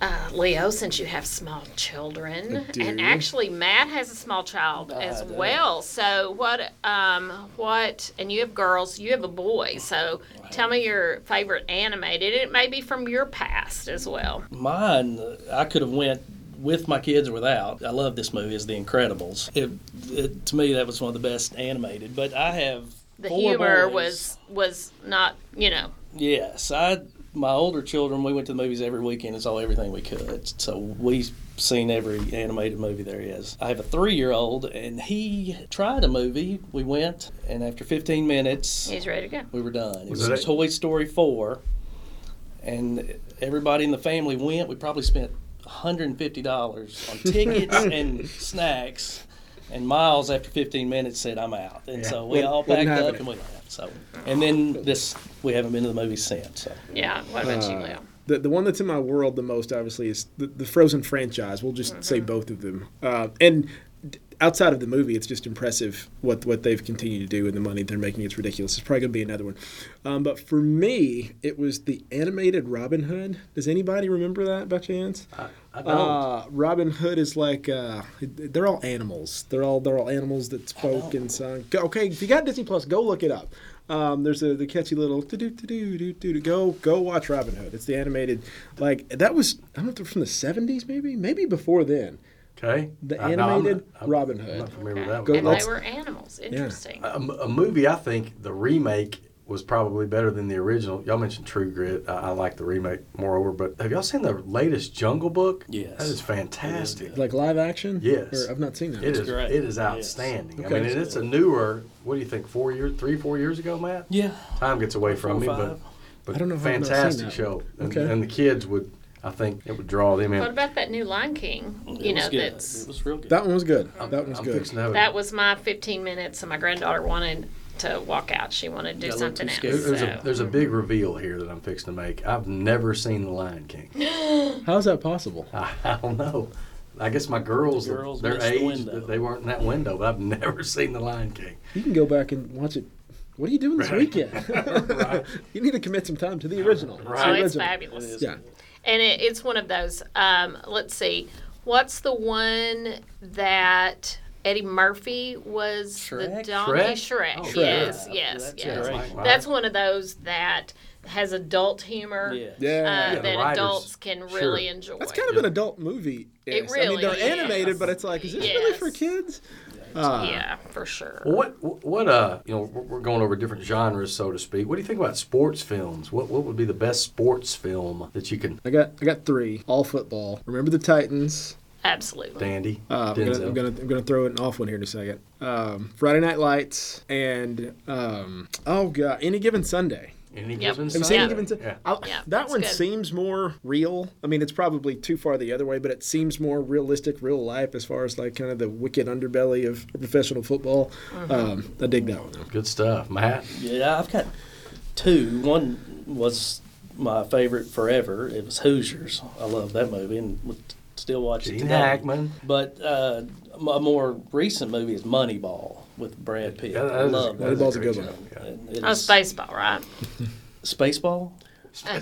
Uh, Leo, since you have small children, I do. and actually Matt has a small child as Oh, I do. well. So what um what and you have girls, you have a boy. So tell me your favorite animated. It may be from your past as well. Mine, uh, I could have went with my kids or without. I love this movie, is The Incredibles. It, it, to me, that was one of the best animated. But I have The four humor boys. was was not you know Yes, I. My older children, we went to the movies every weekend and saw everything we could. So we've seen every animated movie there is. I have a three-year-old, and he tried a movie. We went, and after 15 minutes, he's ready to go. we were done. It Was was, it a- Toy Story 4, and everybody in the family went. We probably spent $150 on tickets and snacks. And Miles, after 15 minutes, said, "I'm out." And so we Wouldn't- all wouldn't packed have up it. and we left. So, and then this, we haven't been to the movies since. So. Yeah. What about you, Uh, Leo? The, the one that's in my world the most, obviously, is the, the Frozen franchise. We'll just say Mm-hmm. both of them. Uh, and d- outside of the movie, it's just impressive what, what they've continued to do and the money they're making. It's ridiculous. It's probably going to be another one. Um, but for me, it was the animated Robin Hood. Does anybody remember that by chance? I don't. Uh, Robin Hood is like uh, they're all animals. They're all they're all animals that spoke and sung. Go, okay, if you got Disney Plus, go look it up. Um, there's a, the catchy little do do do do do go go watch Robin Hood. It's the animated like that was I don't know if they're from the 70s maybe maybe before then. okay. The I- no, I'm animated not- I'm- Robin I'm not Hood. familiar Okay. with that one. Go- Uh, and they let's- were animals. Interesting. A, a movie, I think the remake was probably better than the original. Y'all mentioned True Grit. I, I like the remake moreover, but have y'all seen the latest Jungle Book? Yes. That is fantastic. Like live action? Yes. Or, I've not seen that. It It's is. great. It is Yes. outstanding. I Okay. mean, and it's a newer. What do you think? Four years, three, four years ago, Matt. Yeah. Time gets away Four from or me, but five. but I don't know if I've not seen fantastic that. show. And, Okay. and the kids would, I think, it would draw them in. What about that new Lion King? It You was know, good. that's it was real good. That one was good. that one's I'm good. fixing to have a- that was my 15 minutes, and my granddaughter wanted to walk out. She wanted to do Got a little something too else. scared. There's a so- there's a big reveal here that I'm fixing to make. I've never seen The Lion King. How is that possible? I, I don't know. I guess my girls, The girls their missed the age, window. they weren't in that window. But I've never seen The Lion King. You can go back and watch it. What are you doing this weekend? you need to commit some time to the original. It's the Right. so Oh, it's original. fabulous. Yeah. And it, it's one of those. Um, let's see. What's the one that Eddie Murphy was the Shrek? donkey? Shrek? Shrek. Oh, Shrek. yes, yes, That's yes. great. Wow. That's one of those that has adult humor Yes. uh, Yeah. the that writers. adults can Sure. really enjoy. That's kind of an adult movie. It I mean, they're really animated, is. but it's like, is this really for Yes. kids? Uh, yeah, for sure. Well, what what uh you know we're we're going over different genres so to speak. What do you think about sports films? What what would be the best sports film that you can I got I got three. All football. Remember the Titans. Absolutely. dandy? Uh, I'm, gonna, I'm gonna I'm gonna throw an off one here in a second. Um, Friday Night Lights and um, oh god, any given Sunday. Any Yep. given Have Have you Sunday? seen Yeah. any given Sunday? Yeah. Yeah, that it's one good. seems more real. I mean, it's probably too far the other way, but it seems more realistic, real life as far as like kind of the wicked underbelly of professional football. Mm-hmm. Um, I dig that one. Good stuff, Matt. Yeah, I've got two. One was my favorite forever. It was Hoosiers. I love that movie and would still watch it Gene today. Hackman. But uh, m- a more recent movie is Moneyball with Brad Pitt. Yeah, I that is- love that is Moneyball's a great Oh, good one. show. Yeah. And it That's is- baseball, right? Spaceball.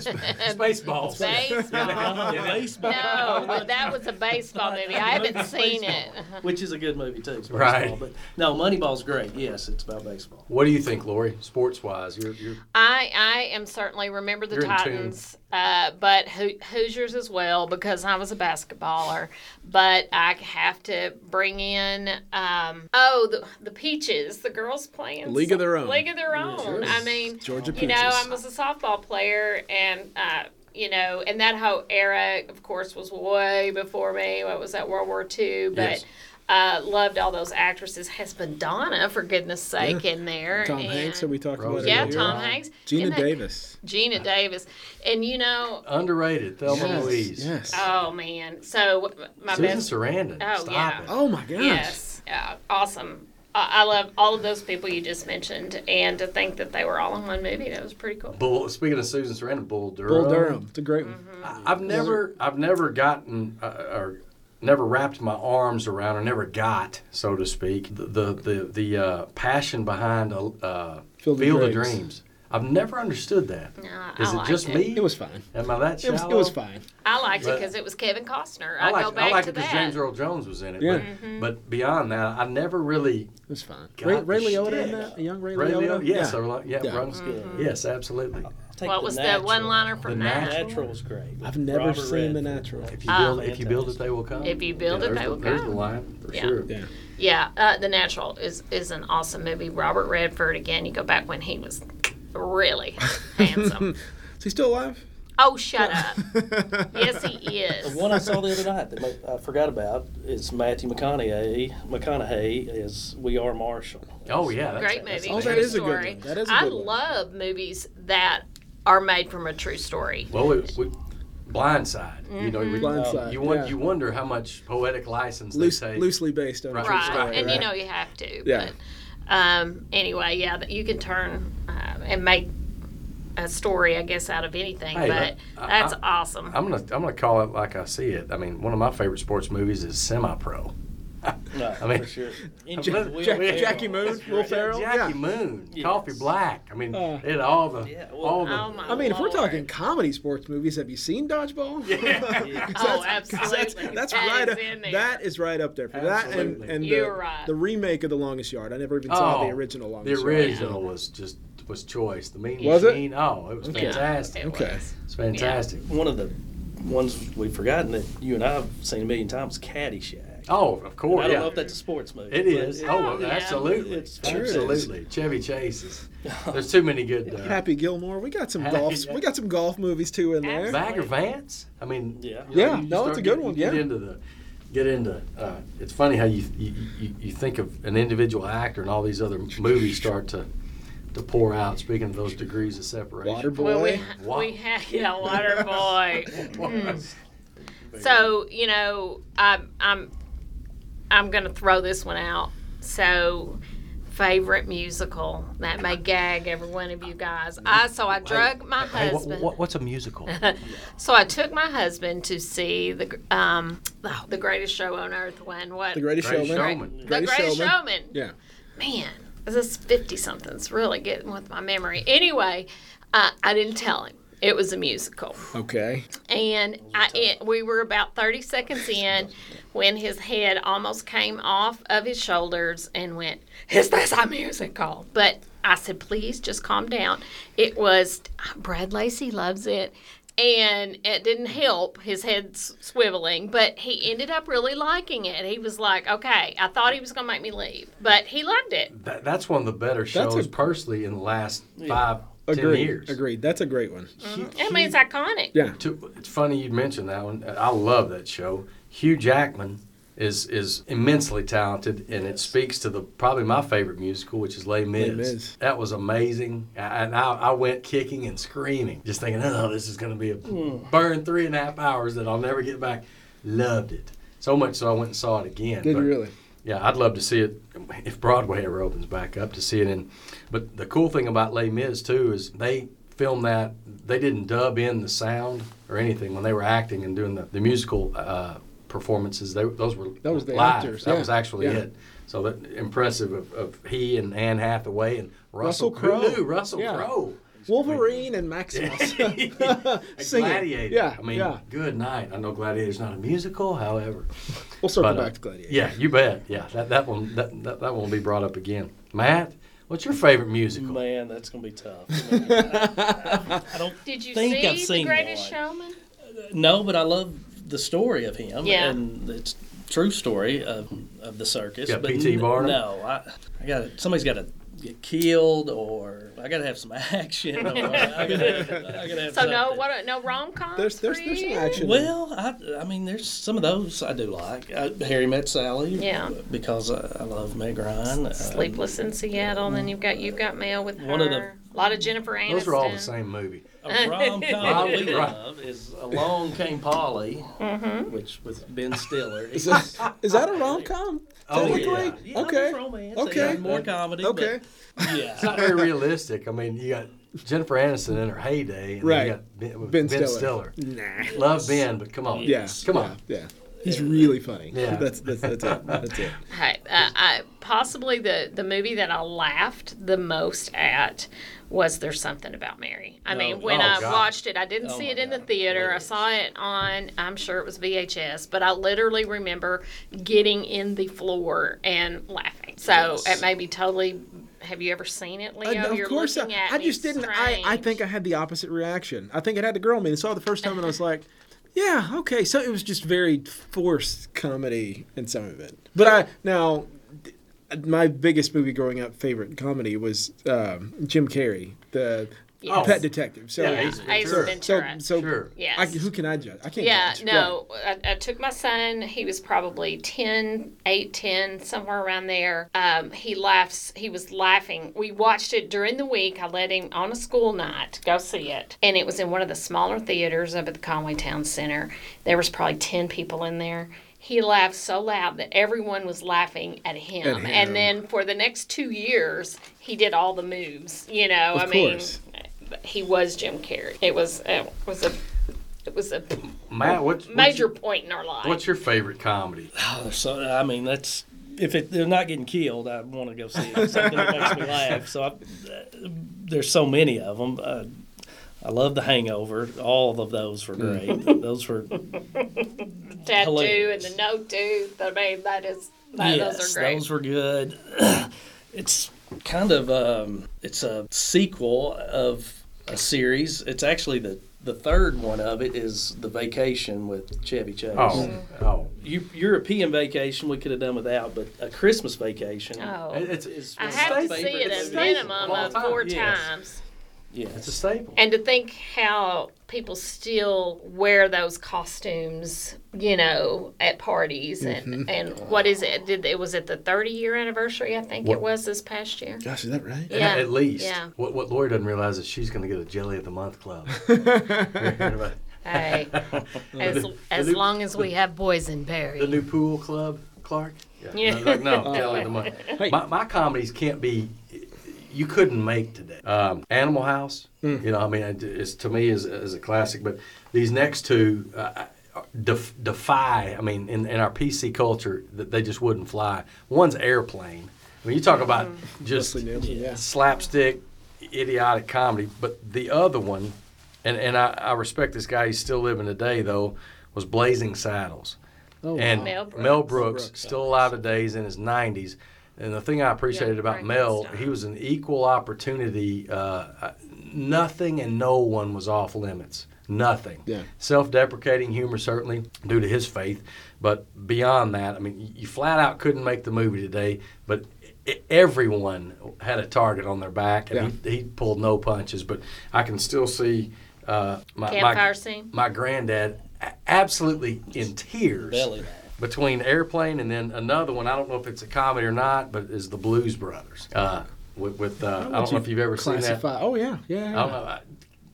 Spaceballs. Baseball. Baseball, No, but that was a baseball movie. I haven't seen it. which is a good movie too. It's Right. baseball, But no, Moneyball's great. Yes, it's about baseball. What do you think, Lori? Sports wise, you're, you're I I am certainly remember the You're in tune. Titans, uh, but Ho- Hoosiers as well because I was a basketballer. But I have to bring in um, oh the the Peaches, the girls playing League of Their Own. League of their own. I mean, Georgia you Peaches. know, I was a softball player, and uh, you know, and that whole era, of course, was way before me. What was that World War II? But Yes. uh, loved all those actresses. Has Madonna, for goodness sake, in there. Tom Hanks, that and- we talked Rosie. about yeah, earlier. Tom Hanks. Gina Isn't that- Davis. Gina Davis. And you know, underrated. Thelma yes. Louise. Yes. oh man. So my Susan best. Sarandon. Oh, Stop yeah. it. oh my gosh. Yes. Yeah, awesome. I I love all of those people you just mentioned, and to think that they were all in one movie, that was pretty cool. Bull, speaking of Susan Sarandon, Bull Durham. Bull Durham. It's a great one. Mm-hmm. I- I've never, I've never gotten uh, or never wrapped my arms around, or never got, so to speak, the the the, the uh, passion behind uh, uh, Field of Dreams. I've never understood that. Is Yeah, I it liked just it. me? It was fine. Am I that It shallow? was, it was fine. I liked it But- because it was Kevin Costner. I, I go liked, back I liked to it because that. Mm-hmm. James Earl Jones was in it. Yeah. But, but beyond that, I never really It was fine. Got Ray, the Ray Liotta in shtick. that? A young Ray, Ray Liotta? Liotta- Yes, Yeah. I like- yeah, Yeah. Ron's- Mm-hmm. Yes, absolutely. Take What was the natural. one liner from The that? Natural. Natural's great. I've never Robert seen The Redford. Natural. If you Ah. build, if you build it, they will come. If you build it, there's they the- will There's the come. line for Yeah. sure. Yeah. Yeah, uh, The Natural is is an awesome movie. Robert Redford again. You go back when he was really handsome. Is he still alive? Oh, shut up! yes, he is. The one I saw the other night that ma- I forgot about is Matthew McConaughey. McConaughey is We Are Marshall. Oh yeah, that's- Great that's- movie. Oh, that true is a good story. one. That is a I good one. love movies that are made from a true story. Well, we, we, Blindside. You know, we, Blindside, You, want, yeah. you wonder how much poetic license Loose, they take. loosely based on a Right. true Right, story. and you right? know you have to. Yeah. But um, anyway, yeah, that you can turn uh, and make a story, I guess, out of anything. Hey, but I- I- that's awesome. I'm gonna I'm gonna call it like I see it. I mean, one of my favorite sports movies is Semi Pro. No, I mean- for sure. Jack- Will Jack- Ferrell. Jackie Moon, That's Will great. Ferrell. Jackie yeah. Moon, Yes. Coffee Black. I mean, Uh. it had all the Yeah, well, all the. oh my I mean, if we're Lord. talking comedy sports movies, have you seen Dodgeball? Yeah. 'Cause Oh, that's- 'cause absolutely. That's, that's That right. is up, in there. that is right up there for that and, Absolutely. Oh, and the, You're right. the remake of The Longest Yard. I never even saw the original The Longest Yard. original was just was choice. The mean Was it? machine. Oh, it was Okay. fantastic. It Okay. was. It's fantastic. One of the ones we've forgotten that you and I have seen a million times, Caddyshack. Oh, of I course. don't yeah. know if that's a sports movie. It but is. it- Oh, well, yeah. absolutely. It's- Sure is. absolutely. Chevy Chase is. There's too many good. Uh, Happy Gilmore. We got some Happy- golf. We got some golf movies too in there. Bagger Vance. I mean. Yeah. you know, Yeah, you no, start it's a good get- one, you Get yeah. into the. Get into. Uh, it's funny how you you, you you think of an individual actor and all these other movies start to to pour out. Speaking of those degrees of separation. Waterboy. Well, we, Wa- we had yeah, water boy. Mm. So you know, I'm I'm I'm gonna throw this one out. So favorite musical that may gag every one of you guys. I so I drug my Hey, wha- husband. wha- what's a musical? So I took my husband to see the um oh, the greatest show on earth when what The Greatest Greatest Showman. Showman. The Greatest Greatest Showman. Showman. Yeah. Man, this is fifty something's really getting with my memory. Anyway, uh, I didn't tell him it was a musical. Okay. And I, it, we were about 30 seconds in when his head almost came off of his shoulders and went, Is this a musical? But I said, Please just calm down. It was Brad Lacey loves it. And it didn't help his head s- swiveling, but he ended up really liking it. He was like, Okay, I thought he was going to make me leave, but he loved it. That, that's one of the better That's a- shows personally in the last five ten Agreed. years. Agreed. That's a great one. Hu- I mean, it's iconic. Yeah. To, it's funny you mentioned that one. I love that show. Hugh Jackman is is immensely talented, and it speaks to the probably my favorite musical, which is Les Mis. Mis. That was amazing, I- and I, I went kicking and screaming, just thinking, "Oh, this is going to be a Hmm. burn three and a half hours that I'll never get back." Loved it so much, so I went and saw it again. Did but- you really? yeah, I'd love to see it if Broadway ever opens back up to see it in. But the cool thing about Les Mis too is they filmed that they didn't dub in the sound or anything when they were acting and doing the, the musical uh, performances. They, those were That was the live. actors, That yeah, was actually yeah. it. So that impressive of, of he and Anne Hathaway and Russell, Russell Crowe. Who knew Russell Yeah. Crowe. movies. Wolverine and Maximus. Singing. Gladiator. Yeah, I mean, yeah. good night. I know Gladiator's not a musical, however. We'll circle But, uh, back to Gladiator. Yeah, you bet. Yeah, that, that one that, that, that won't be brought up again. Matt, what's your favorite musical? Man, that's gonna be tough. I, mean, I- I don't Did you think see I've The seen Greatest one. Showman? No, but I love the story of him. Yeah. and it's true story of, of the circus. Yeah, but P.T. n- Barnum. No, I, I got somebody's got to get killed, or I got to have some action. Or I gotta, I gotta have So no, something. what no rom com. There's there's there's some action. Well, I, I mean, there's some of those I do like. Uh, Harry Met Sally. Yeah. Because I, I love Meg Ryan. Uh, Sleepless in Seattle, and then you've got you've got mail with One her. of the- a lot of Jennifer Aniston. Those are all the same movie. A rom com Right. we love is Along Came Polly, Mm-hmm. which with Ben Stiller. Is, this, is that a rom com? Oh, Technically? yeah. Yeah, Okay. it's romance. Okay. yeah, more comedy. Okay. But It's yeah. not very realistic. I mean, you got Jennifer Aniston in her heyday, and Right. you got Ben, with Ben, Ben Stiller. Stiller. Nah. Love Ben, but come on, Yeah. come on. Yeah. yeah. He's really funny. Yeah. That's that's that's it. That's it. Hey, uh, I, possibly the the movie that I laughed the most at was "There's Something About Mary." I mean, Oh, when oh, I God. watched it, I didn't see my it in the God. theater. I saw it on, I'm sure it was VHS, but I literally remember getting in the floor and laughing. So Yes. it made me totally. Have you ever seen it, Leo? I- Uh, of You're course, I, looking at I me just didn't. I, I strange. think I had the opposite reaction. I think it had the girl in me. I saw it the first time and I was like, yeah, okay. So it was just very forced comedy in some of it. But I now d- my biggest movie growing up favorite comedy was um, Jim Carrey, the Yes. Pet Detective. So Yeah, Ace Ace Ventura. Ventura. so so Oh, Sure. Yes. I, who can I judge? I can't. Yeah, judge. Right. no. I, I took my son. He was probably 10, 8, 10, somewhere around there. Um, he laughs. He was laughing. We watched it during the week. I let him on a school night go see it. And it was in one of the smaller theaters up at the Conway Town Center. There was probably 10 people in there. He laughed so loud that everyone was laughing at him. At him. And then for the next two years, he did all the moves. You know, Of I mean, course. he was Jim Carrey. It was, uh, it was a, it was a Matt, what's what's major your- point in our life. What's your favorite comedy? Oh, so I mean, that's if it, they're not getting killed, I want to go see it. Something that makes me laugh. So I, there's so many of them. Uh, I love The Hangover. All of those Hmm. were great. those were tattoo hilarious. and the no tooth? I mean, that is that, yes, those are great. were good. it's kind of um, it's a sequel of a series. It's actually the the third one of it is the Vacation with Chevy Chase. Oh, oh, Eu- European vacation we could have done without, but a Christmas vacation. oh, It- it's, it's I it's have to staple- see it it's a staple minimum all of the time. four Yes. times. It's Yes. a staple. And to think how people still wear those costumes, you know, at parties Mm-hmm. and and what is it? Did it was it the 30 year anniversary? I think What- it was this past year. Gosh, is that right? Yeah. At least. yeah. What what Lori doesn't realize is she's going to get a jelly of the month club. Hey, as, as new- long as we have boys in the Barry. new pool club, Clark. Yeah. No, no, no, jelly of the month. My, my comedies can't be. You couldn't make today. Um, Animal House. Hmm. You know, I mean, it- it's to me is is a classic. But these next two. Uh, I- def- defy i mean in, in our pc culture that they just wouldn't fly one's airplane i mean you talk about just Leslie Nielsen, yeah. slapstick, idiotic comedy. But the other one, and, and I, I respect this guy, he's still living today though, was Blazing Saddles. Oh, and wow. Mel Mel Brooks. Brooks, Brooks. still alive today, he's in his 90s. And the thing I appreciated Yeah, about Mel, Frankenstein. he was an equal opportunity. Uh, nothing and no one was off limits. Nothing. Yeah. Self-deprecating humor certainly due to his faith, but beyond that, I mean, y- you flat out couldn't make the movie today. But e- everyone had a target on their back, and he, he pulled no punches. But I can still see uh, my Campfire my, scene? my granddad a- absolutely in tears Belly laugh. between Airplane and then another one. I don't know if it's a comedy or not, but is the Blues Brothers. Ah. Uh, with, with uh, I don't know if you've ever seen that. Classify. Oh yeah, yeah. I don't know. I-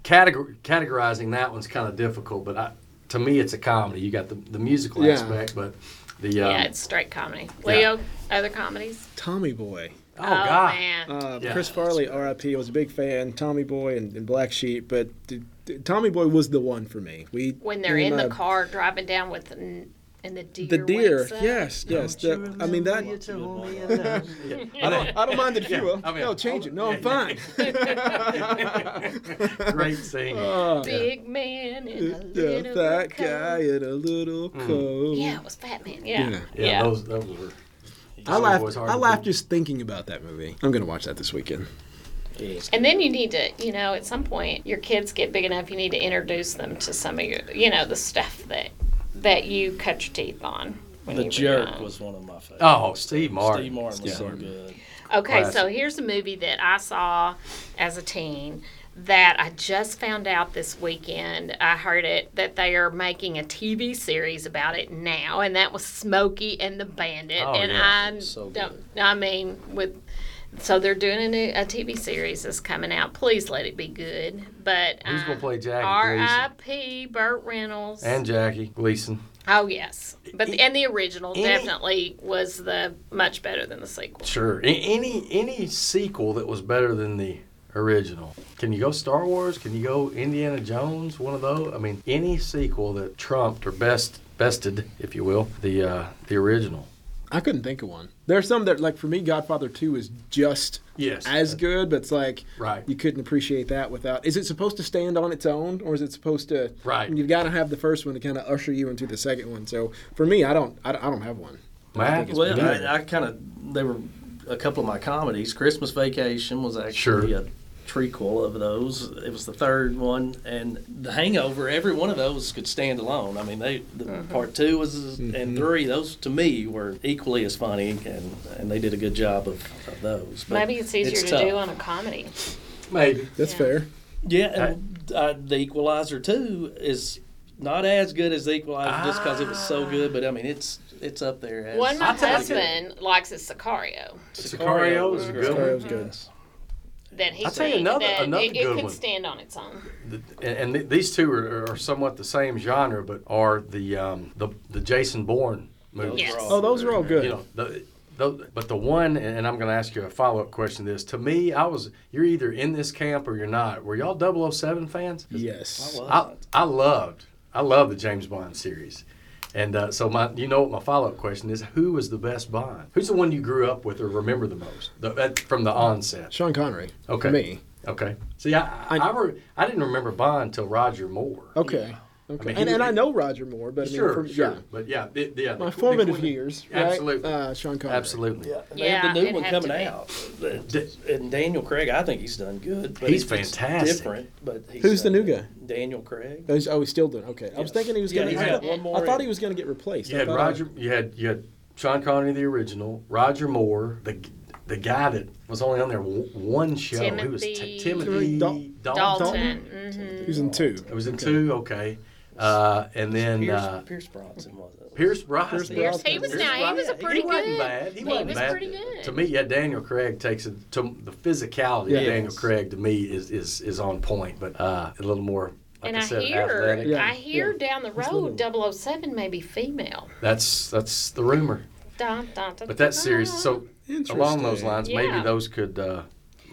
Categor- categorizing that one's kind of difficult, but I, to me, it's a comedy. You got the, the musical Yeah. aspect, but the um, Yeah, it's straight comedy. Leo, other comedies? Tommy Boy. oh, god, man. Uh, Yeah. Chris Farley, RIP, was a big fan. Tommy Boy and, and Black Sheep, but d- d- Tommy Boy was the one for me. We when they're me in and the my- car driving down with n- And the deer. The deer, wakes up. yes, yes. the- I mean that. I don't, I don't mind it if you Oh, will. I mean, no, change it. No, I'm fine. Great scene. Big man and a Yeah, little that coat. guy in a little Hmm. coat. Yeah, it was Fat Man. Yeah. Yeah. yeah, those those were. I Those laughed. boys hard I to laughed beat. just thinking about that movie. I'm gonna watch that this weekend. And then you need to, you know, at some point your kids get big enough, you need to introduce them to some of your, you know, the stuff that that you cut your teeth on. when The you were jerk young. was one of my favorites. Oh, Steve Martin. Steve Martin Steve was so Martin. good. Okay, so Classic. here's a movie that I saw as a teen that I just found out this weekend. I heard it that they are making a TV series about it now, and that was Smokey and the Bandit. Oh, and yeah. I So don't, I mean, with so they're doing a new a TV series that's coming out. Please let it be good. But Who's gonna uh, play Jackie Gleason R.I.P. Burt Reynolds. and Jackie Gleason? oh yes, but the, and the original Any- definitely was the much better than the sequel. Sure. A- Any any sequel that was better than the original. Can you go Star Wars? Can you go Indiana Jones? One of those. I mean, any sequel that trumped or best bested, if you will, the uh, the original. I couldn't think of one. There's some that, like for me, Godfather Two is just Yes. as good, but it's like Right. you couldn't appreciate that without. Is it supposed to stand on its own, or is it supposed to? Right. You've got to have the first one to kind of usher you into the second one. So for me, I don't. I, don't- I don't have one. Matt, It's Well, better. I, I kind of they were a couple of my comedies. Christmas Vacation was actually Sure. a trequel of those. It was the third one, and The Hangover. Every one of those could stand alone. I mean, they the part two was and three. Those to me were equally as funny, and and they did a good job of, of those. But Maybe it's easier to tough. do on a comedy. maybe. That's Yeah. fair. Yeah, and uh, The Equalizer two is. Not as good as The Equalizer, just because it was so good. But I mean, it's it's up there. As, One, my I'll tell you- husband likes his Sicario. Sicario was a good Sorry, one. that was good. That he I'll tell you seen another- that another it, it good could one. stand on its own. Th- and, and th- these two are, are somewhat the same genre, but are the um, the, the Jason Bourne movies. Yes. Oh, those are all good. You know, the, the, but the one, and I'm going to ask you a follow up question. To this to me, I was you're either in this camp or you're not. Were y'all 007 fans? yes. I love I I loved I love the James Bond series, and uh, so my you know what my follow up question is: Who was the best Bond? Who's the one you grew up with or remember the most the, at, from the onset? Sean Connery. Okay. For me. Okay. See, I I, I, re, I didn't remember Bond till Roger Moore. Okay. Okay. mean, he and, was- and I know Roger Moore, but I mean, Sure, from, sure. yeah. But yeah, the, the, yeah, the- My the formative Queen- years, right? Absolutely. Uh, Sean Connery. Absolutely. Yeah, and Yeah, they have the it'd new one have coming to be. out. And Daniel Craig, I think he's done good. But He's it's- it's fantastic. Different, but he's Who's the done new guy? good. Daniel Craig. Oh, he's, oh, he's still doing. Okay. I was Yes. thinking he was Yeah, going. he's I, got thought- one more I thought in. he was going to get replaced. You I had thought- Roger. You had you had Sean Connery, the original. Roger Moore, the the guy that was only on there w- one show. He was Timothy- t- Timothy Dal- Dalton. Dalton. He was in two. It was in two. Okay. Uh, and then Pierce, uh, Pierce Bronson was it? Pierce Brosnan. Pierce- he was now- he Brosnan. was a pretty he Wasn't good- bad. He, he wasn't was bad. pretty good. To me, yeah, Daniel Craig takes it to the physicality Yes. of Daniel Craig to me is is is on point, but uh, a little more. Like and I, I, said, hear, athletic. Yeah, I hear yeah. down the little. road, 007 may be female. That's that's the rumor. Dun, dun, dun, But that dun, series, dun. so along those Interesting. lines, Yeah. maybe those could, uh,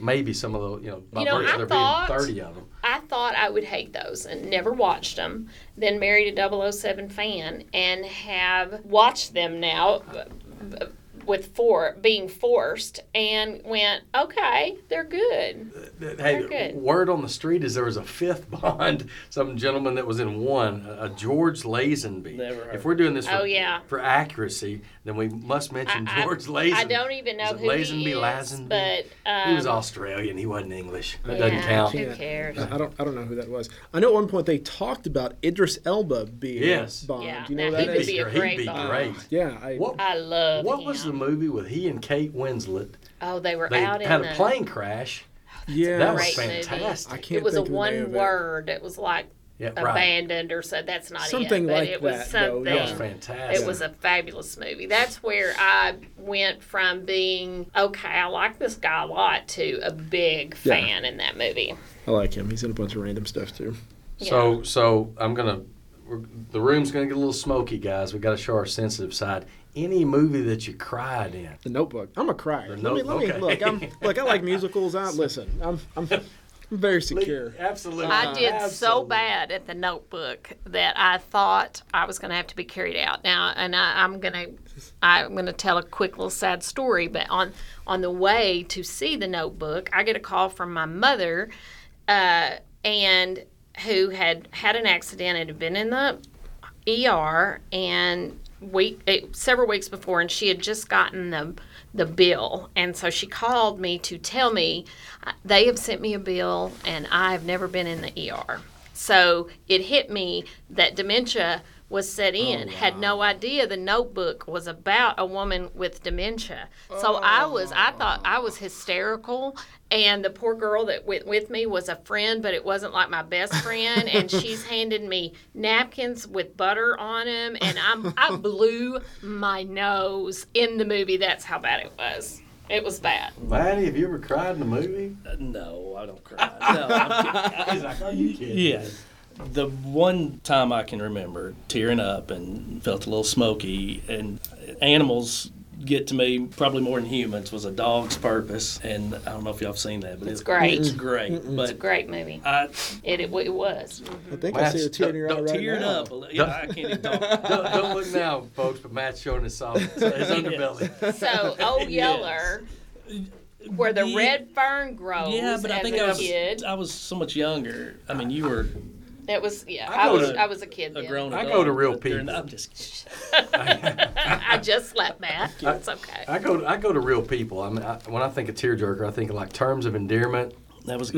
maybe some of those, you know, by You know, virtue I of there thought- being 30 of them. I thought I would hate those and never watched them. Then married a 007 fan and have watched them now b- b- with for being forced and went, okay, they're good. Th- Hey, They're good. word on the street is there was a fifth Bond, some gentleman that was in one, a a George Lazenby. Never heard If we're doing this for, Oh, yeah. for accuracy, then we must mention I- George I, Lazenby. I don't even know Is it who Lazenby, he is, Lazenby? but um, he was Australian. He wasn't English. That doesn't yeah, count. Who cares? I don't. I don't know who that was. I know at one point they talked about Idris Elba being Yes. Bond. Yeah, Do you know who now that he He'd would is? be, be a he'd great be Bond. great. yeah. I, What, I love what him. was the movie with he and Kate Winslet? Oh, they were They out had in a the plane crash. yeah. That was great fantastic. I movie. can't It was a think of the name of one it. word. It was like Yeah, right. abandoned or so. That's not Something it, but like it was that, though, something. yeah. That was fantastic. It was a fabulous movie. That's where I went from being okay, I like this guy a lot to a big Yeah. fan in that movie. I like him. He's in a bunch of random stuff too. So, so I'm gonna. We're, the room's gonna get a little smoky, guys. We got to show our sensitive side. Any movie that you cried in, The Notebook. I'm a crier. The let me, let me Notebook, okay. look. I'm, look, I like musicals. I listen. I'm, I'm, Very secure. Absolutely. I did so Absolutely. bad at the notebook that I thought I was going to have to be carried out. Now, and I, I'm going to, I'm going to tell a quick little sad story. But on on the way to see the notebook, I get a call from my mother, uh, and who had had an accident and had been in the ER and week eh, several weeks before, and she had just gotten the the bill, and so she called me to tell me uh, they have sent me a bill, and I have never been in the ER. So it hit me that dementia was set in. Had no idea the notebook was about a woman with dementia. So I was, I thought I was hysterical. And the poor girl that went with me was a friend, but it wasn't like my best friend. And she's handed me napkins with butter on them, and I'm I blew my nose in the movie. That's how bad it was. It was bad. Maddie, have you ever cried in a movie? Uh, No, I don't cry. No, I'm kidding. He's like, oh, you kidding? Yeah. The one time I can remember tearing up and felt a little smoky, and animals get to me probably more than humans, was a dog's purpose. And I don't know if y'all have seen that, but It's great. It's great. But Great movie. I It it, it was. I think I Matt's- see a tear in your eye don't right tear it now. up. a little. Yeah, I can't even talk. Don't, don't look now, folks, but Matt's showing his, soft, his underbelly. So Old Yeller, where the Ye- red fern grows. Yeah, but I as think a I was kid. I was so much younger. I mean, you were That was yeah. I I, go was to I was a kid. a then. grown. I adult, go to real but during- people. I'm just I just slapped Matt. It's okay. I go, to, I go to real people. I mean, I, when I think of tearjerker, I think of like terms of endearment, that was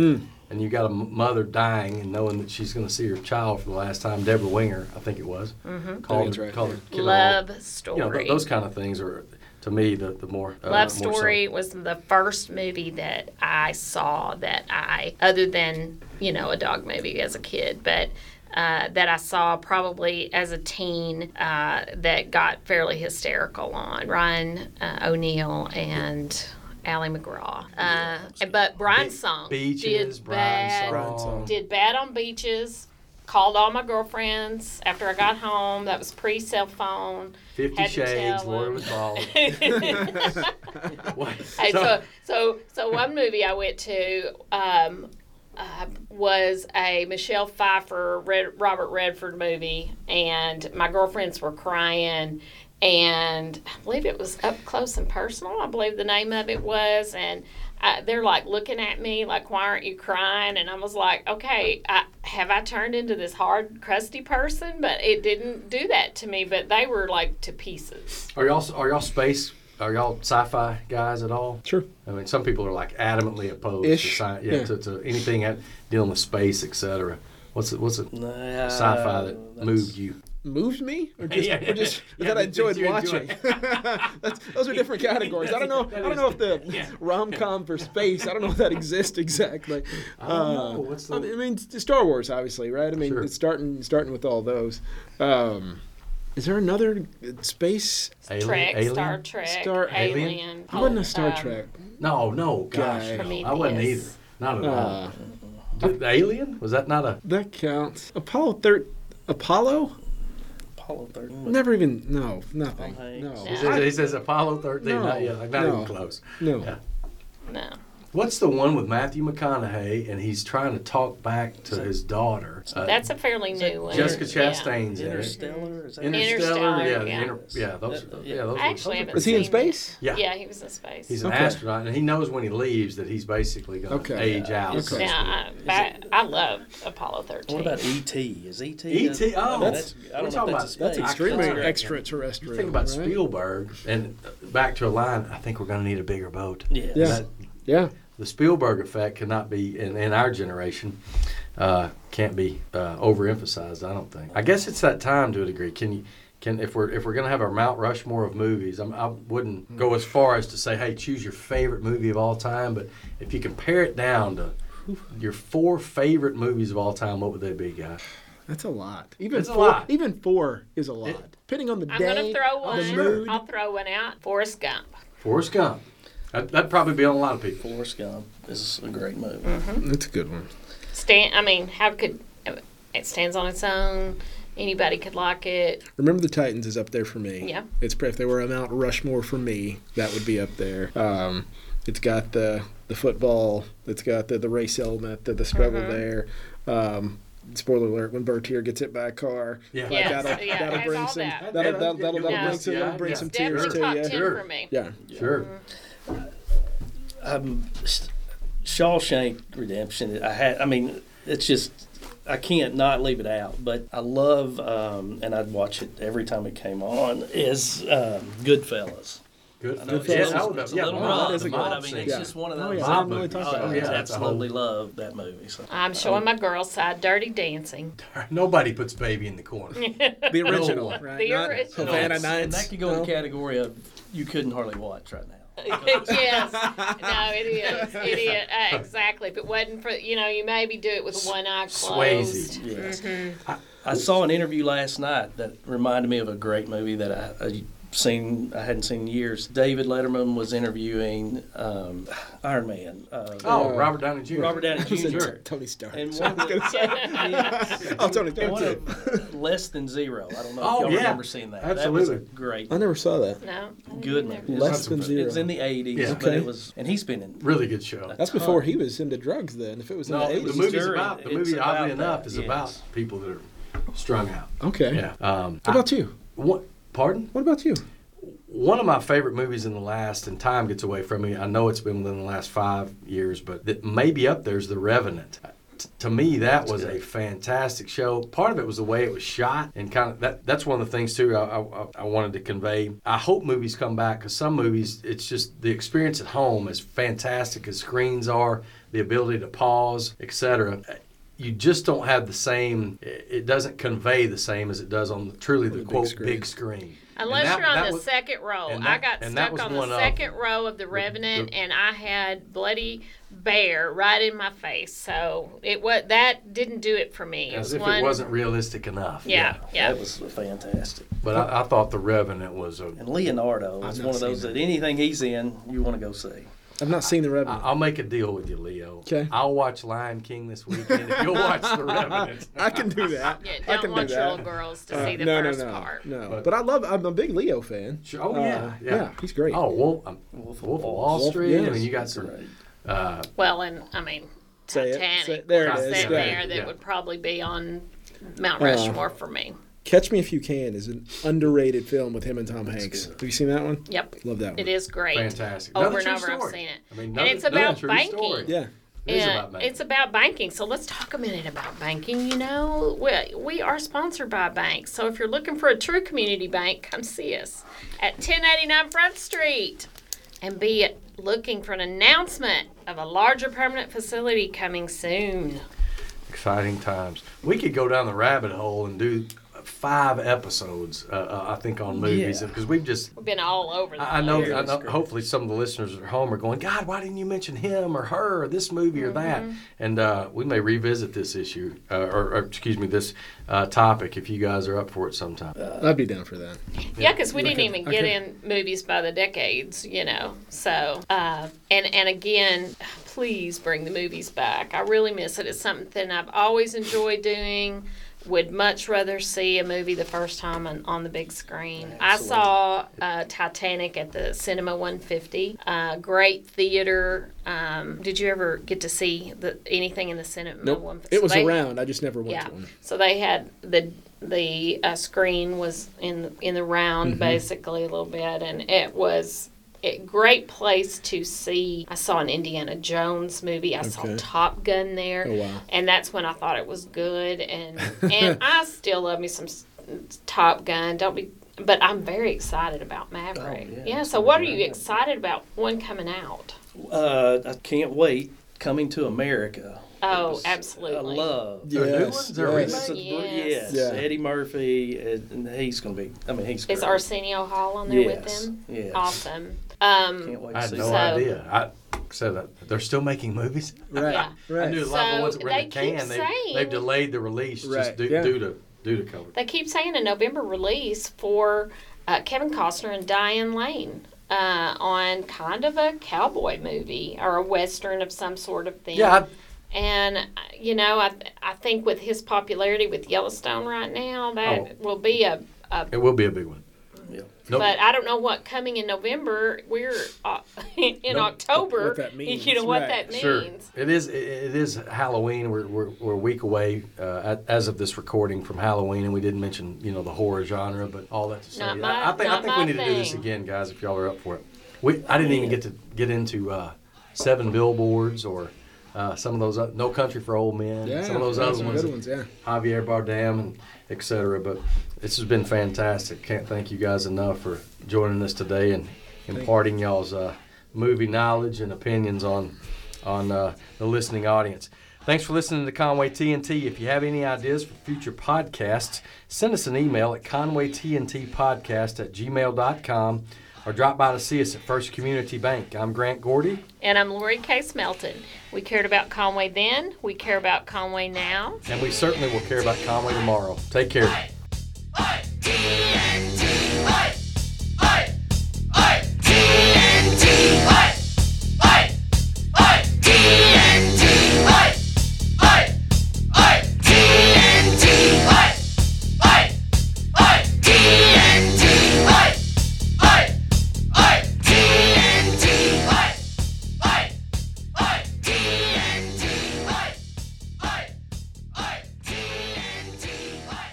and you got a m- mother dying and knowing that she's going to see her child for the last time. Deborah Winger, I think it was, mm-hmm. called, That's her, right, called her kid Love You know, story. th- those kind of things are, to me, the, the more uh, Love more so. Story was the first movie that I saw that I, other than you know a dog movie as a kid, but uh, that I saw probably as a teen uh, that got fairly hysterical on Ryan uh, O'Neill and. Allie McGraw, uh, but Brian Song Beaches, did Brian bad, Song. Song. did bad on beaches. Called all my girlfriends after I got home. That was pre cell phone. Fifty Had to Shades, tell Lord him. with Ball. What? Hey, so, so, so one movie I went to um, uh, was a Michelle Pfeiffer, Red, Robert Redford movie, and my girlfriends were crying. And I believe it was up close and personal. I believe the name of it was, and I, they're like looking at me like, "Why aren't you crying?" And I was like, "Okay, I, have I turned into this hard, crusty person?" But it didn't do that to me. But they were like to pieces. Are y'all are y'all space? Are y'all sci-fi guys at all? Sure. I mean, some people are like adamantly opposed to, Ish. sci- yeah, Yeah. to, to anything at, dealing with space, etc. What's it? What's it? uh, Sci-fi that moved you. Moved me, or just, Yeah, or just yeah, that I that- that enjoyed you watching. enjoyed. That's, those are different categories. I don't know. I don't know if the rom com for space. I don't know if that exists exactly. Uh, I don't know. What's the- I mean, I mean, it's Star Wars, obviously, right? I mean, Sure. it's starting starting with all those. Um, is there another uh, space? Alien, Trek, Alien? Star Trek, Star- Alien. I wasn't a um, Star Trek. No, no, gosh, Guy. no. I wasn't either. Prometheus. Not at all. Uh, Did- the Alien was that not a? that counts. Apollo thir- Apollo? Apollo 13. Never even. No, nothing. Tom Hanks. No. He says, he says Apollo thirteen. No, not, yeah, like, not no. even close. No. Yeah. No. What's the one with Matthew McConaughey and he's trying to talk back to his daughter? Uh, That's a fairly new one. Jessica yeah. Chastain's in it. Interstellar. Is that Interstellar, Interstellar, yeah, the yeah. Inter- yeah, those, That- yeah, those. I actually are, those are haven't pretty- Is he Seen it. in space? yeah, Yeah, he was in space. he's an Okay. astronaut, and he knows when he leaves that he's basically going to Okay. age out. Okay. so to speak. yeah, I, I, I love Apollo 13. What about E.T.? Is E.T. E.T. I Oh, mean, that's, I we're don't talking know if about that's a that's space. Extremely That's a- extraterrestrial. You think about right? Spielberg, and uh, back to a line. I think we're going to need a bigger boat. Yes. Yeah. That- Yeah. the Spielberg effect cannot be in, in our generation. Uh, can't be uh, overemphasized. I don't think. I guess it's that time to a degree. Can you? Can if we're if we're gonna have our Mount Rushmore of movies, I'm, I wouldn't go as far as to say, hey, choose your favorite movie of all time. But if you compare it down to your four favorite movies of all time, what would they be, guys? That's a lot. Even It's a four, lot. Even four is a lot. Depending on the I'm day, going to throw one. the mood. I'll throw one out. Forrest Gump. Forrest Gump. That, that'd probably be on a lot of people. Forrest Gump is a great movie. That's a good one. Stan, I mean, how could it stands on its own? Anybody could like it. Remember the Titans is up there for me. Yeah. It's if they were a Mount Rushmore for me, that would be up there. Um, it's got the the football that's got the, the race element, the, the struggle Mm-hmm. there. Um, spoiler alert: when Bertier gets hit by a car, Yeah. like Yes, that'll, yeah, it that'll has bring all some that. that'll, Yeah. that'll, that'll, that'll Yeah. bring some, that'll bring Yeah. some tears Definitely Sure. top to you. ten Sure. for me. Yeah, Sure. um, Shawshank Redemption. I had. I mean, it's just I can't not leave it out. But I love, um, and I'd watch it every time it came on. Is um, Goodfellas. Good. I know it's Yeah, a little- I would- it's a Oh, yeah, little Mom, rough, that's a but I good mean, scene. it's Yeah. just one of those. yeah. I Mom really talks about I it. Yeah, that's a whole- absolutely love that movie. So. I'm Um, showing my girls' side dirty dancing. Nobody puts baby in the corner. the original, one. right? The Not original. Oh, Havana That's- Nights. and that could go in no? the category of you couldn't hardly watch right now. yes. No, it is. It is. Uh, exactly. If it wasn't for, you know, you maybe do it with one eye closed. Swayze. Yes. I, I saw an interview last night that reminded me of a great movie that I, I seen I hadn't seen in years. David Letterman was interviewing um, Iron Man. Uh, Oh, Robert Downey Jr. Robert Downey He said Jr. T- Tony Stark. And one of the, Oh, Tony and Stark. one of less than zero. I don't know if Oh, y'all yeah. remember seeing that. That was a Absolutely. great, I never saw that. No. I didn't good either. movie. It Less was- than It's It zero. was in the '80s, Yeah. but Okay. it was, and he's been in Really good show. That's before he was into drugs. Then, if it was in No, the the eighties. movie's during- about the it's movie. about Oddly enough, that, is yes. about people that are strung out. Okay. Yeah. Um, What about you? what? Pardon? What about you? One of my favorite movies in the last, and time gets away from me. I know it's been within the last five years, but that maybe up there is The Revenant. Uh, T- to me, that was a fantastic show. Part of it was the way it was shot, and kind of that. That's one of the things too. I, I, I wanted to convey. I hope movies come back because some movies, it's just the experience at home, as fantastic as screens are, the ability to pause, etc. You just don't have the same. It it doesn't convey the same as it does on the, truly the, big quote screen. big screen. And Unless that- you're on that the was- second row. and I that- got and that stuck was on one the of- second row of the Revenant, the- and I had bloody bear right in my face. So it was that didn't do it for me. It As was if one. it wasn't realistic enough. Yeah, yeah. That was fantastic. But I, I thought The Revenant was a. And Leonardo I've is not one of seen those that. that anything he's in, you want to go see. I've not seen the I- Revenant. I'll make a deal with you, Leo. 'Kay. I'll watch Lion King this weekend if you'll watch The Revenant. I can do that. Yeah, I don't can want do your that. little girls to see Uh, the no, first no, no, part. no. But- But, I love. I'm a big Leo fan. Sure, Oh Uh, yeah, yeah. he's great. Oh, Wolf, um, Wolf, Wolf of of Wall Wall Street. Street. I Yes. mean, you got some. Uh, Well, and I mean Say it. Titanic Say- there it was is. that Yeah. there that Yeah. would probably be on Mount Uh, Rushmore for me. Catch Me If You Can is an underrated film with him and Tom Hanks. Have you seen that one? Yep, Love that one. it is great. fantastic. Another Over and true over, I've story. seen it. I mean, And another- it's another about true banking. story. Yeah. It is Yeah, about banking. it's about banking. So let's talk a minute about banking. You know, we, we are sponsored by banks. So if you're looking for a true community bank, come see us at 1089 Front Street and be looking for an announcement of a larger permanent facility coming soon. Exciting times. We could go down the rabbit hole and do five episodes. Uh, uh, I think on movies Yeah. because we've just We've been all over the I I know. place. I know hopefully, some of the listeners at home are going, "God, why didn't you mention him or her or this movie or that?" Mm-hmm. And uh, we may revisit this issue, uh, or, or excuse me, this uh, topic if you guys are up for it sometime. I'd be down for that. Yeah, because we didn't could- even I get could- in movies by the decades, you know. So, uh, and and again, please bring the movies back. I really miss it. It's something I've always enjoyed doing. Would much rather see a movie the first time on, on the big screen. I saw uh, Titanic at the Cinema 150. Uh, great theater. Um, did you ever get to see the, anything in the Cinema 150? It was They- around. I just never went yeah. to one. So they had the the uh, screen was in in the round Mm-hmm. basically a little bit, and it was a great place to see. I saw an Indiana Jones movie. I saw Okay. Top Gun there, Oh, wow. and that's when I thought it was good. And and I still love me some s- Top Gun. Don't be. But I'm very excited about Maverick. Oh, yeah, yeah. that's So, gonna what are be you great. excited about? One coming out. Uh, I can't wait. Coming to America. Oh, It was absolutely. I love. There are new ones? There are It's a- remakes? Yes. yes. Yeah. Eddie Murphy, and he's going to be. I mean, he's. Is great. Arsenio Hall on there with Yes, them? yes. Awesome. Um, Can't wait I to had see no that. idea. I said that they're still making movies. Right. Yeah. I Right. knew a lot of So ones that were in they the can. keep They, saying- they've delayed the release just Right, due, yeah. due to due to COVID. they keep saying a November release for uh, Kevin Costner and Diane Lane uh, on kind of a cowboy movie or a western of some sort of thing. Yeah, I, And uh, you know, I I think with his popularity with Yellowstone right now, that Oh. will be a, a it will be a big one. Yeah. No, But I don't know what coming in November. We're uh, in October. what that means, You know what that right. means. sure. It is. It it is Halloween. We're we're, we're a week away uh, at, as of this recording from Halloween, and we didn't mention you know the horror genre, but all that to say, Not I- my- I, think I not think my we need to do this thing. again, guys. If y'all are up for it, we I didn't even get to get into uh, Seven Billboards or uh, some of those oth- No Country for Old Men, Yeah, some of those that's other some ones, good ones, yeah. Javier Bardem and et cetera. But this has been fantastic. Can't thank you guys enough for joining us today and imparting y'all's uh, movie knowledge and opinions on on uh, the listening audience. Thanks for listening to Conway TNT. If you have any ideas for future podcasts, send us an email at conwaytntpodcast at gmail.com or drop by to see us at First Community Bank. I'm Grant Gordy. And I'm Lori Case Melton. We cared about Conway then. We care about Conway now. And we certainly will care about Conway tomorrow. Take care.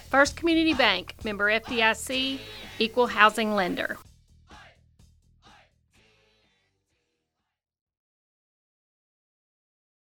First Community Bank, member FDIC, equal housing lender.